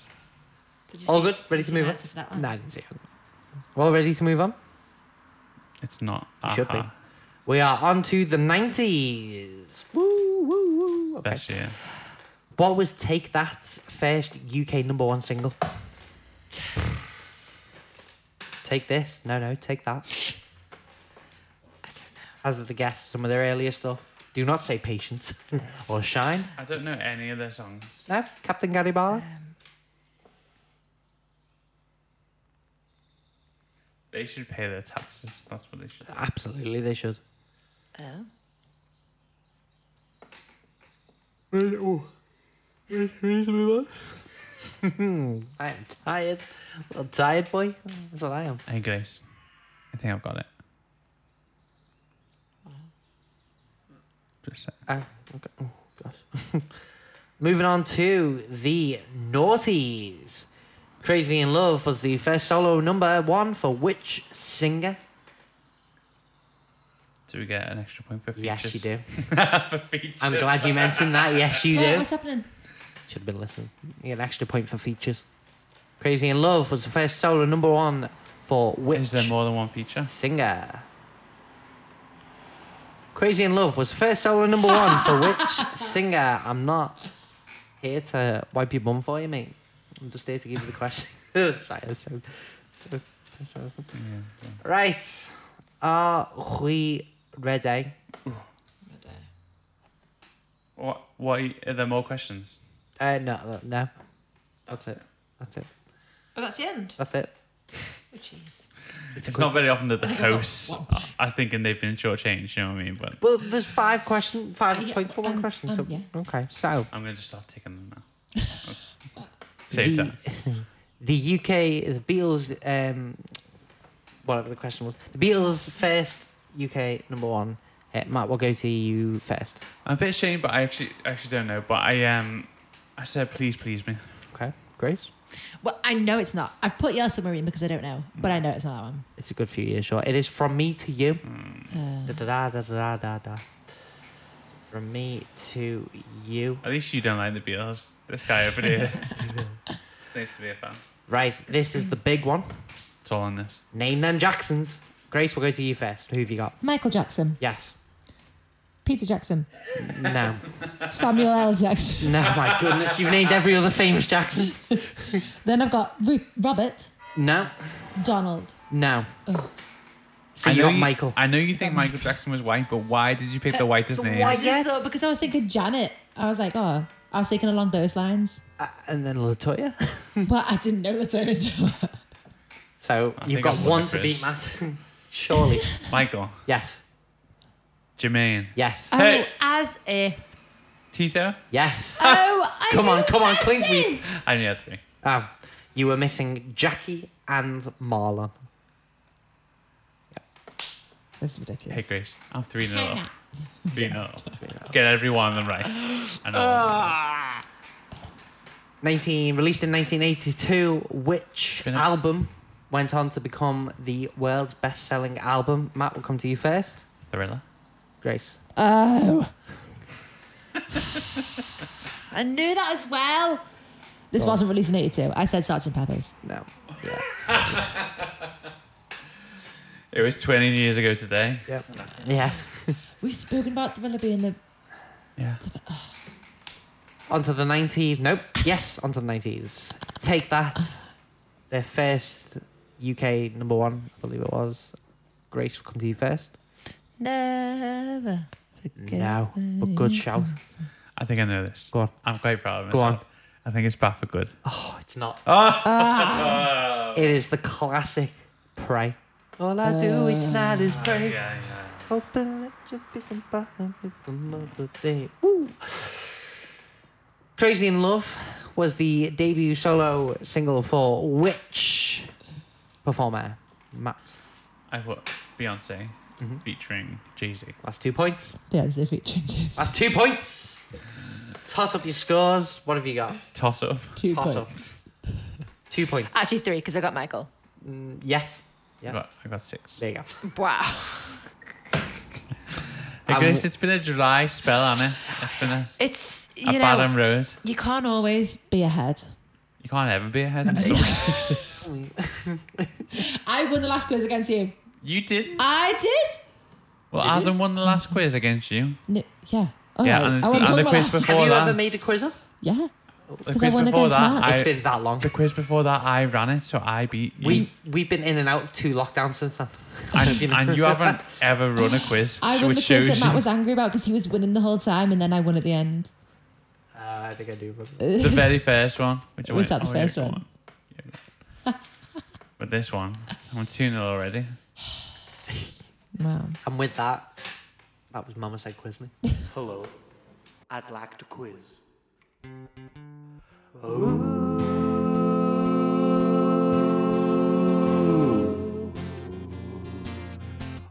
Did you All see- good? did Ready you to see move my on? answer for that one? No, I didn't see it. Well, ready to move on? It's not. You should be. aha, We are on to the 90s. Woo, woo, woo. Okay. Best year. What was Take That's first UK number one single? Take this. No, no, take that. <laughs> I don't Hazard a guess, some of their earlier stuff. Do not say patience <laughs> or shine. I don't know any of their songs. No, Captain Garibaldi. know. Um, They should pay their taxes. That's what they should. do. Absolutely, they should. oh. <laughs> I am tired. Little tired boy. That's what I am. Hey, Grace. I think I've got it. Just say. Ah, okay. Oh, gosh. Moving on to the noughties. Crazy in Love was the first solo number one for which singer? Do we get an extra point for features? Yes, <laughs> you do. for features. I'm glad you mentioned that. Yes, you What, <laughs> do. what's happening? Should have been listening. You get an extra point for features. Crazy in Love was the first solo number one for Is which there more than one feature? singer? Crazy in Love was first solo number one for which singer? I'm not here to wipe your bum for you, mate. I'm just here to give you the question. <laughs> Sorry, I was so- so pressurised. Yeah, so- Right. Are we ready? What? What? Are there more questions? Uh, no, no. That's it. That's it. Oh, that's the end. That's it. Oh, jeez. It's, not very often that the I think I've got hosts one. are thinking they've been shortchanged. You know what I mean? But Well, there's five question, five Uh, yeah, points for one um, question. um, so yeah. okay, so I'm gonna just start taking them now. <laughs> Save the, time. <laughs> the UK, the Beatles, um, whatever the question was, the Beatles first UK number one. Uh, Matt, we'll go to you first. I'm a bit ashamed, but I actually actually don't know. But I um, I said please please me. Okay, Grace. Well, I know it's not. I've put Yellow Submarine because I don't know, but I know it's not that one. It's a good few years short. It is from me to you. Da Uh, da da da da da da. From me to you. At least you don't like the Beatles. This guy over here needs to be a fan. Right, this is the big one. It's all on this. Name them Jacksons. Grace, we'll go to you first. Who have you got? Michael Jackson, Yes. Peter Jackson, No. Samuel L. Jackson. <laughs> No, my goodness. You've named every other famous Jackson. Then I've got Ru- Robert, No. Donald. No. Ugh. So I you know got Michael. I know you think Michael Jackson was white, but why did you pick the whitest Oh, name? Why I just thought because I was thinking Janet. I was like, oh, I was thinking along those lines, Uh, and then Latoya. but I didn't know the Oh, tone. <laughs> So I you've think I'm got with one you, to Chris. beat, Matt. <laughs> Surely. Michael, yes. Jermaine, Yes. Oh, Hey. as if. Tito. Yes. Oh, I <laughs> Come on, knew come on, that's clean it. sweep. I only had three. Oh, you were missing Jackie and Marlon. That's Hey ridiculous. Grace, I'm three in a row. Hannah. Three in a row. Get every one of them right. I know. <gasps> 19 released in 1982 which Been a- album went on to become the world's best-selling album matt will come to you first Thriller. grace Oh, I knew that as well. this Go on. wasn't released in '82. I said Sergeant Pepper's. no yeah It was 20 years ago today. yeah We've spoken about Thriller being the Yeah. onto the 90s nope yes onto the 90s take that their first uk number one i believe it was grace will come to you first Never. no but good shout I think I know this. Go on. I'm quite proud of Go myself. I think it's Bad for Good. oh it's not <gasps> Oh. it is the classic Uh, pray all i do each night is pray yeah, yeah. Hoping that you'll be somebody with another day. Woo! Crazy in Love was the debut solo single for which performer? Matt. I put Beyonce Mhm. featuring Jay Z. That's two points. Yeah, it's the featuring James. That's two points. Toss up your scores. What have you got? Toss up. <laughs> Two Toss points. up. Two points. Actually, three, because I got Michael. Mm, yes. Yeah. I, got, I got six. Hey There you go. Wow. Um, Grace, it's been a dry spell, hasn't it? It's been a, It's, you a know. bad and rose. You can't always be ahead. You can't ever be ahead in some cases. I won the last quiz against <laughs> you. You didn't. I did. Well, Did you? Adam won the last quiz against you. No, yeah. All yeah, right. and, it's, I and wasn't talking the about quiz that. before Have you that. ever made a quizzer? Yeah. the 'Cause quiz I won before against that, Mark. I, it's been that long. the quiz before that, I ran it, so I beat you. We we've been in and out of two lockdowns since then. <laughs> and, and you haven't ever run a quiz, I won which the quiz shows that you Matt was angry about because he was winning the whole time, and then I won at the end. Uh, I think I do. <laughs> remember. the very first one. Which I Was went, that "Oh, the yeah, first come one?" on." Yeah. <laughs> but this one, I'm 2 0 already. <laughs> Wow. And with that, that was Mama said quiz me. Hello. I'd like to quiz.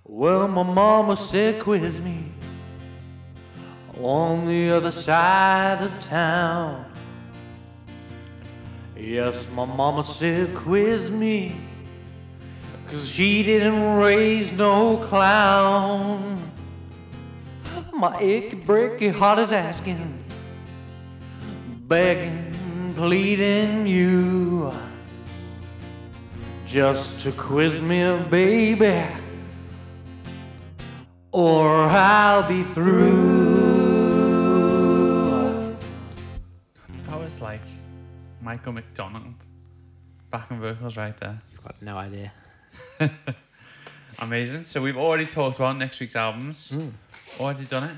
Well, my mama said quiz me on the other side of town. Yes, my mama said quiz me, cause she didn't raise no clown. My achy, breaky heart is asking, begging, pleading you. just to quiz me, baby, or I'll be through. That was like Michael McDonald. Backing vocals right there. You've got no idea. Amazing. So we've already talked about next week's albums. Already done it.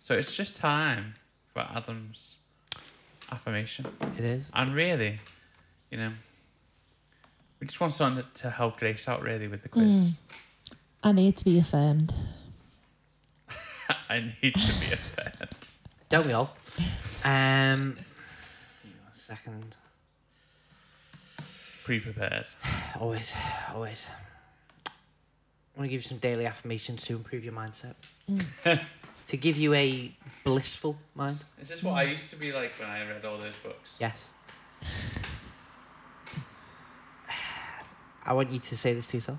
So it's just time for Adam's affirmation. It is. And really, you know, we just want something to- to help Grace out really with the quiz. I need to be affirmed. I need to be <laughs> affirmed. Don't we all? Um, hang on a second. Pre-prepared. Always, always. I'm going to give you some daily affirmations to improve your mindset. <laughs> to give you a blissful mind. Is this what I used to be like when I read all those books? Yes. <sighs> I want you to say this to yourself.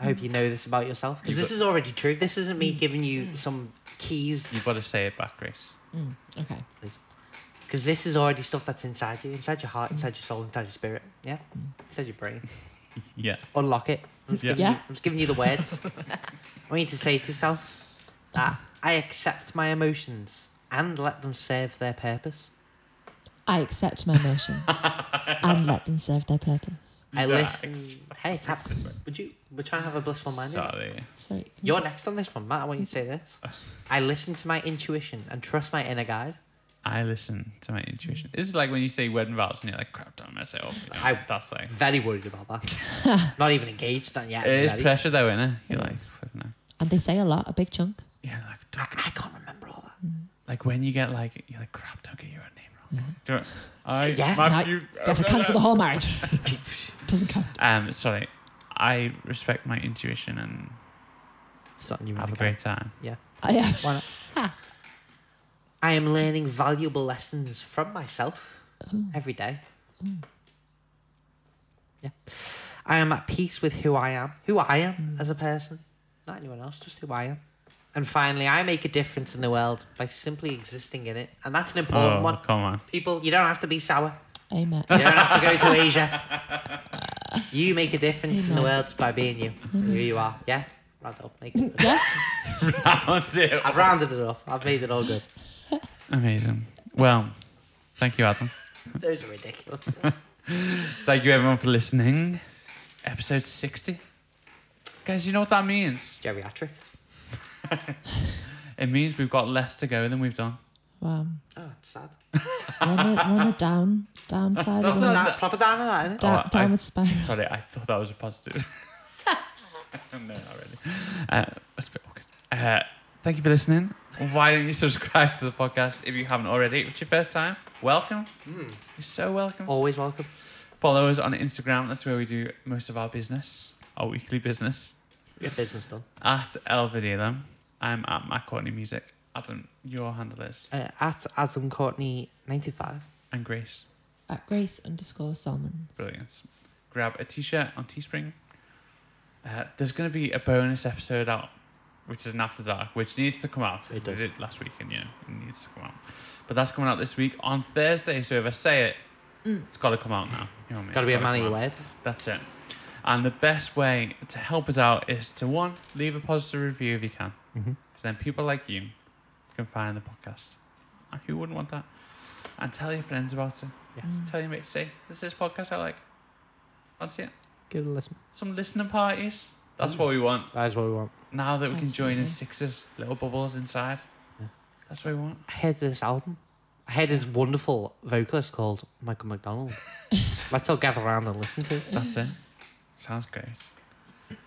I hope you know this about yourself because You've this got- Mm. is already true. This isn't me giving you some keys You've got to say it back, Grace. <laughs> Mm, okay. because this is already stuff that's inside you, inside your heart, Mm. inside your soul, inside your spirit. Yeah, inside your brain. Yeah. Unlock it. I'm just, Mm. Yeah. giving, you, Yeah. I'm just giving you the words. <laughs> I want you to say to yourself that I accept my emotions and let them serve their purpose. I accept my <laughs> emotions and let them serve their purpose. I don't listen. Hey, it's happening. Would you? We're trying to have a blissful mind. here. Sorry. Sorry. can you You're just- next on this one, Matt. I want you to say this. I listen to my intuition and trust my inner guide. I listen to my intuition. This is like when you say wedding vows and you're like, crap, don't mess it up. You know, I- that's like. Very worried about that. Not even engaged on yet. It is very. pressure though, isn't it? You're It like, is. fucking hell. And they say a lot, a big chunk. yeah, like, don't I can't remember all that. Like when you get like you're like crap, don't get your own name wrong. Do you know, I, Yeah, my- no, you- But if I cancel the <laughs> whole marriage, doesn't count. um, sorry, I respect my intuition and Something you have a remember. great time. I am. Why not? I am learning valuable lessons from myself every day. Yeah. I am at peace with who I am, who I am as a person, not anyone else, just who I am. And finally, I make a difference in the world by simply existing in it. And that's an important Oh, one. come on, People, you don't have to be sour. Amen. You don't have to go to Asia. <laughs> You make a difference in the Amen. world by being you, and who you are. Yeah? Round it up. Make it. <laughs> Yeah. Round it I've rounded it off. I've made it all good. Amazing. Well, thank you, Adam. Those are ridiculous. Thank you, everyone, for listening. Episode sixty, guys. You know what that means? Geriatric. It means we've got less to go than we've done. Wow. Oh, it's sad. We're on the, we're on the down, downside of No, a That, proper down on that, isn't it? Oh, down, I- downward spiral. Sorry, I thought that was a positive. <laughs> no, not really. Uh, that's a bit awkward. Uh, thank you for listening. Why don't you subscribe to the podcast if you haven't already? If it's your first time, welcome. You're so welcome. Always welcome. Follow us on Instagram. That's where we do most of our business, our weekly business. Get business done. At El Vidalum. I'm at Matt Courtney Music. Adam, your handle is. Uh, at Adam Courtney ninety five. And Grace. At Grace underscore Salmons. Brilliant. Grab a t-shirt on Teespring. Uh, there's going to be a bonus episode out, which is an after dark, which needs to come out. It We does. did it last week, and yeah, it needs to come out. But that's coming out this week on Thursday. So if I say it, it's got to come out now. You know what I mean? Got It's to be a gotta man of come your out. word. That's it. And the best way to help us out is to one, leave a positive review if you can. Mhm. Because then people like you can find the podcast. And who wouldn't want that? And tell your friends about it. Yes. Tell your mates, say, this is podcast I like. That's it. Give it a listen. Some listening parties. That's Mm. what we want. That is what we want. Now that we can join in Absolutely. sixes, little bubbles inside. Yeah. That's what we want. I heard this album. I heard this wonderful vocalist called Michael <laughs> McDonald. Let's all gather around and listen to it. That's it. Sounds great.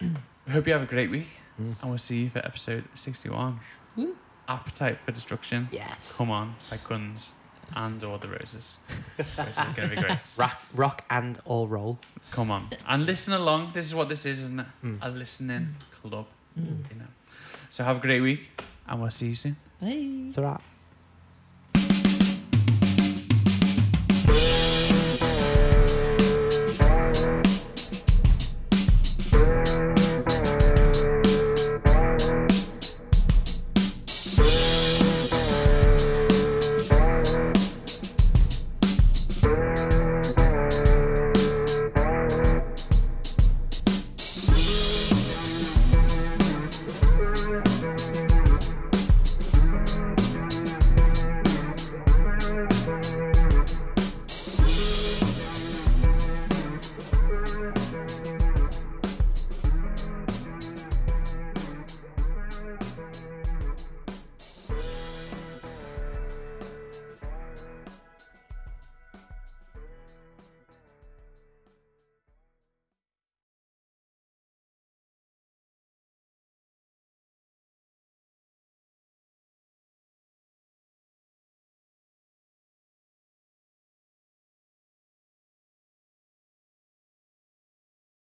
we hope you have a great week. Mm. And we'll see you for episode 61. Woo. Appetite for Destruction. Yes. Come on, like guns and or the roses. Which is gonna be great. Rock, rock and or roll. Come on. And listen along. This is what this is, isn't it? Mm. A listening club. Mm. You know. So have a great week and we'll see you soon. mm. Bye. It's a wrap.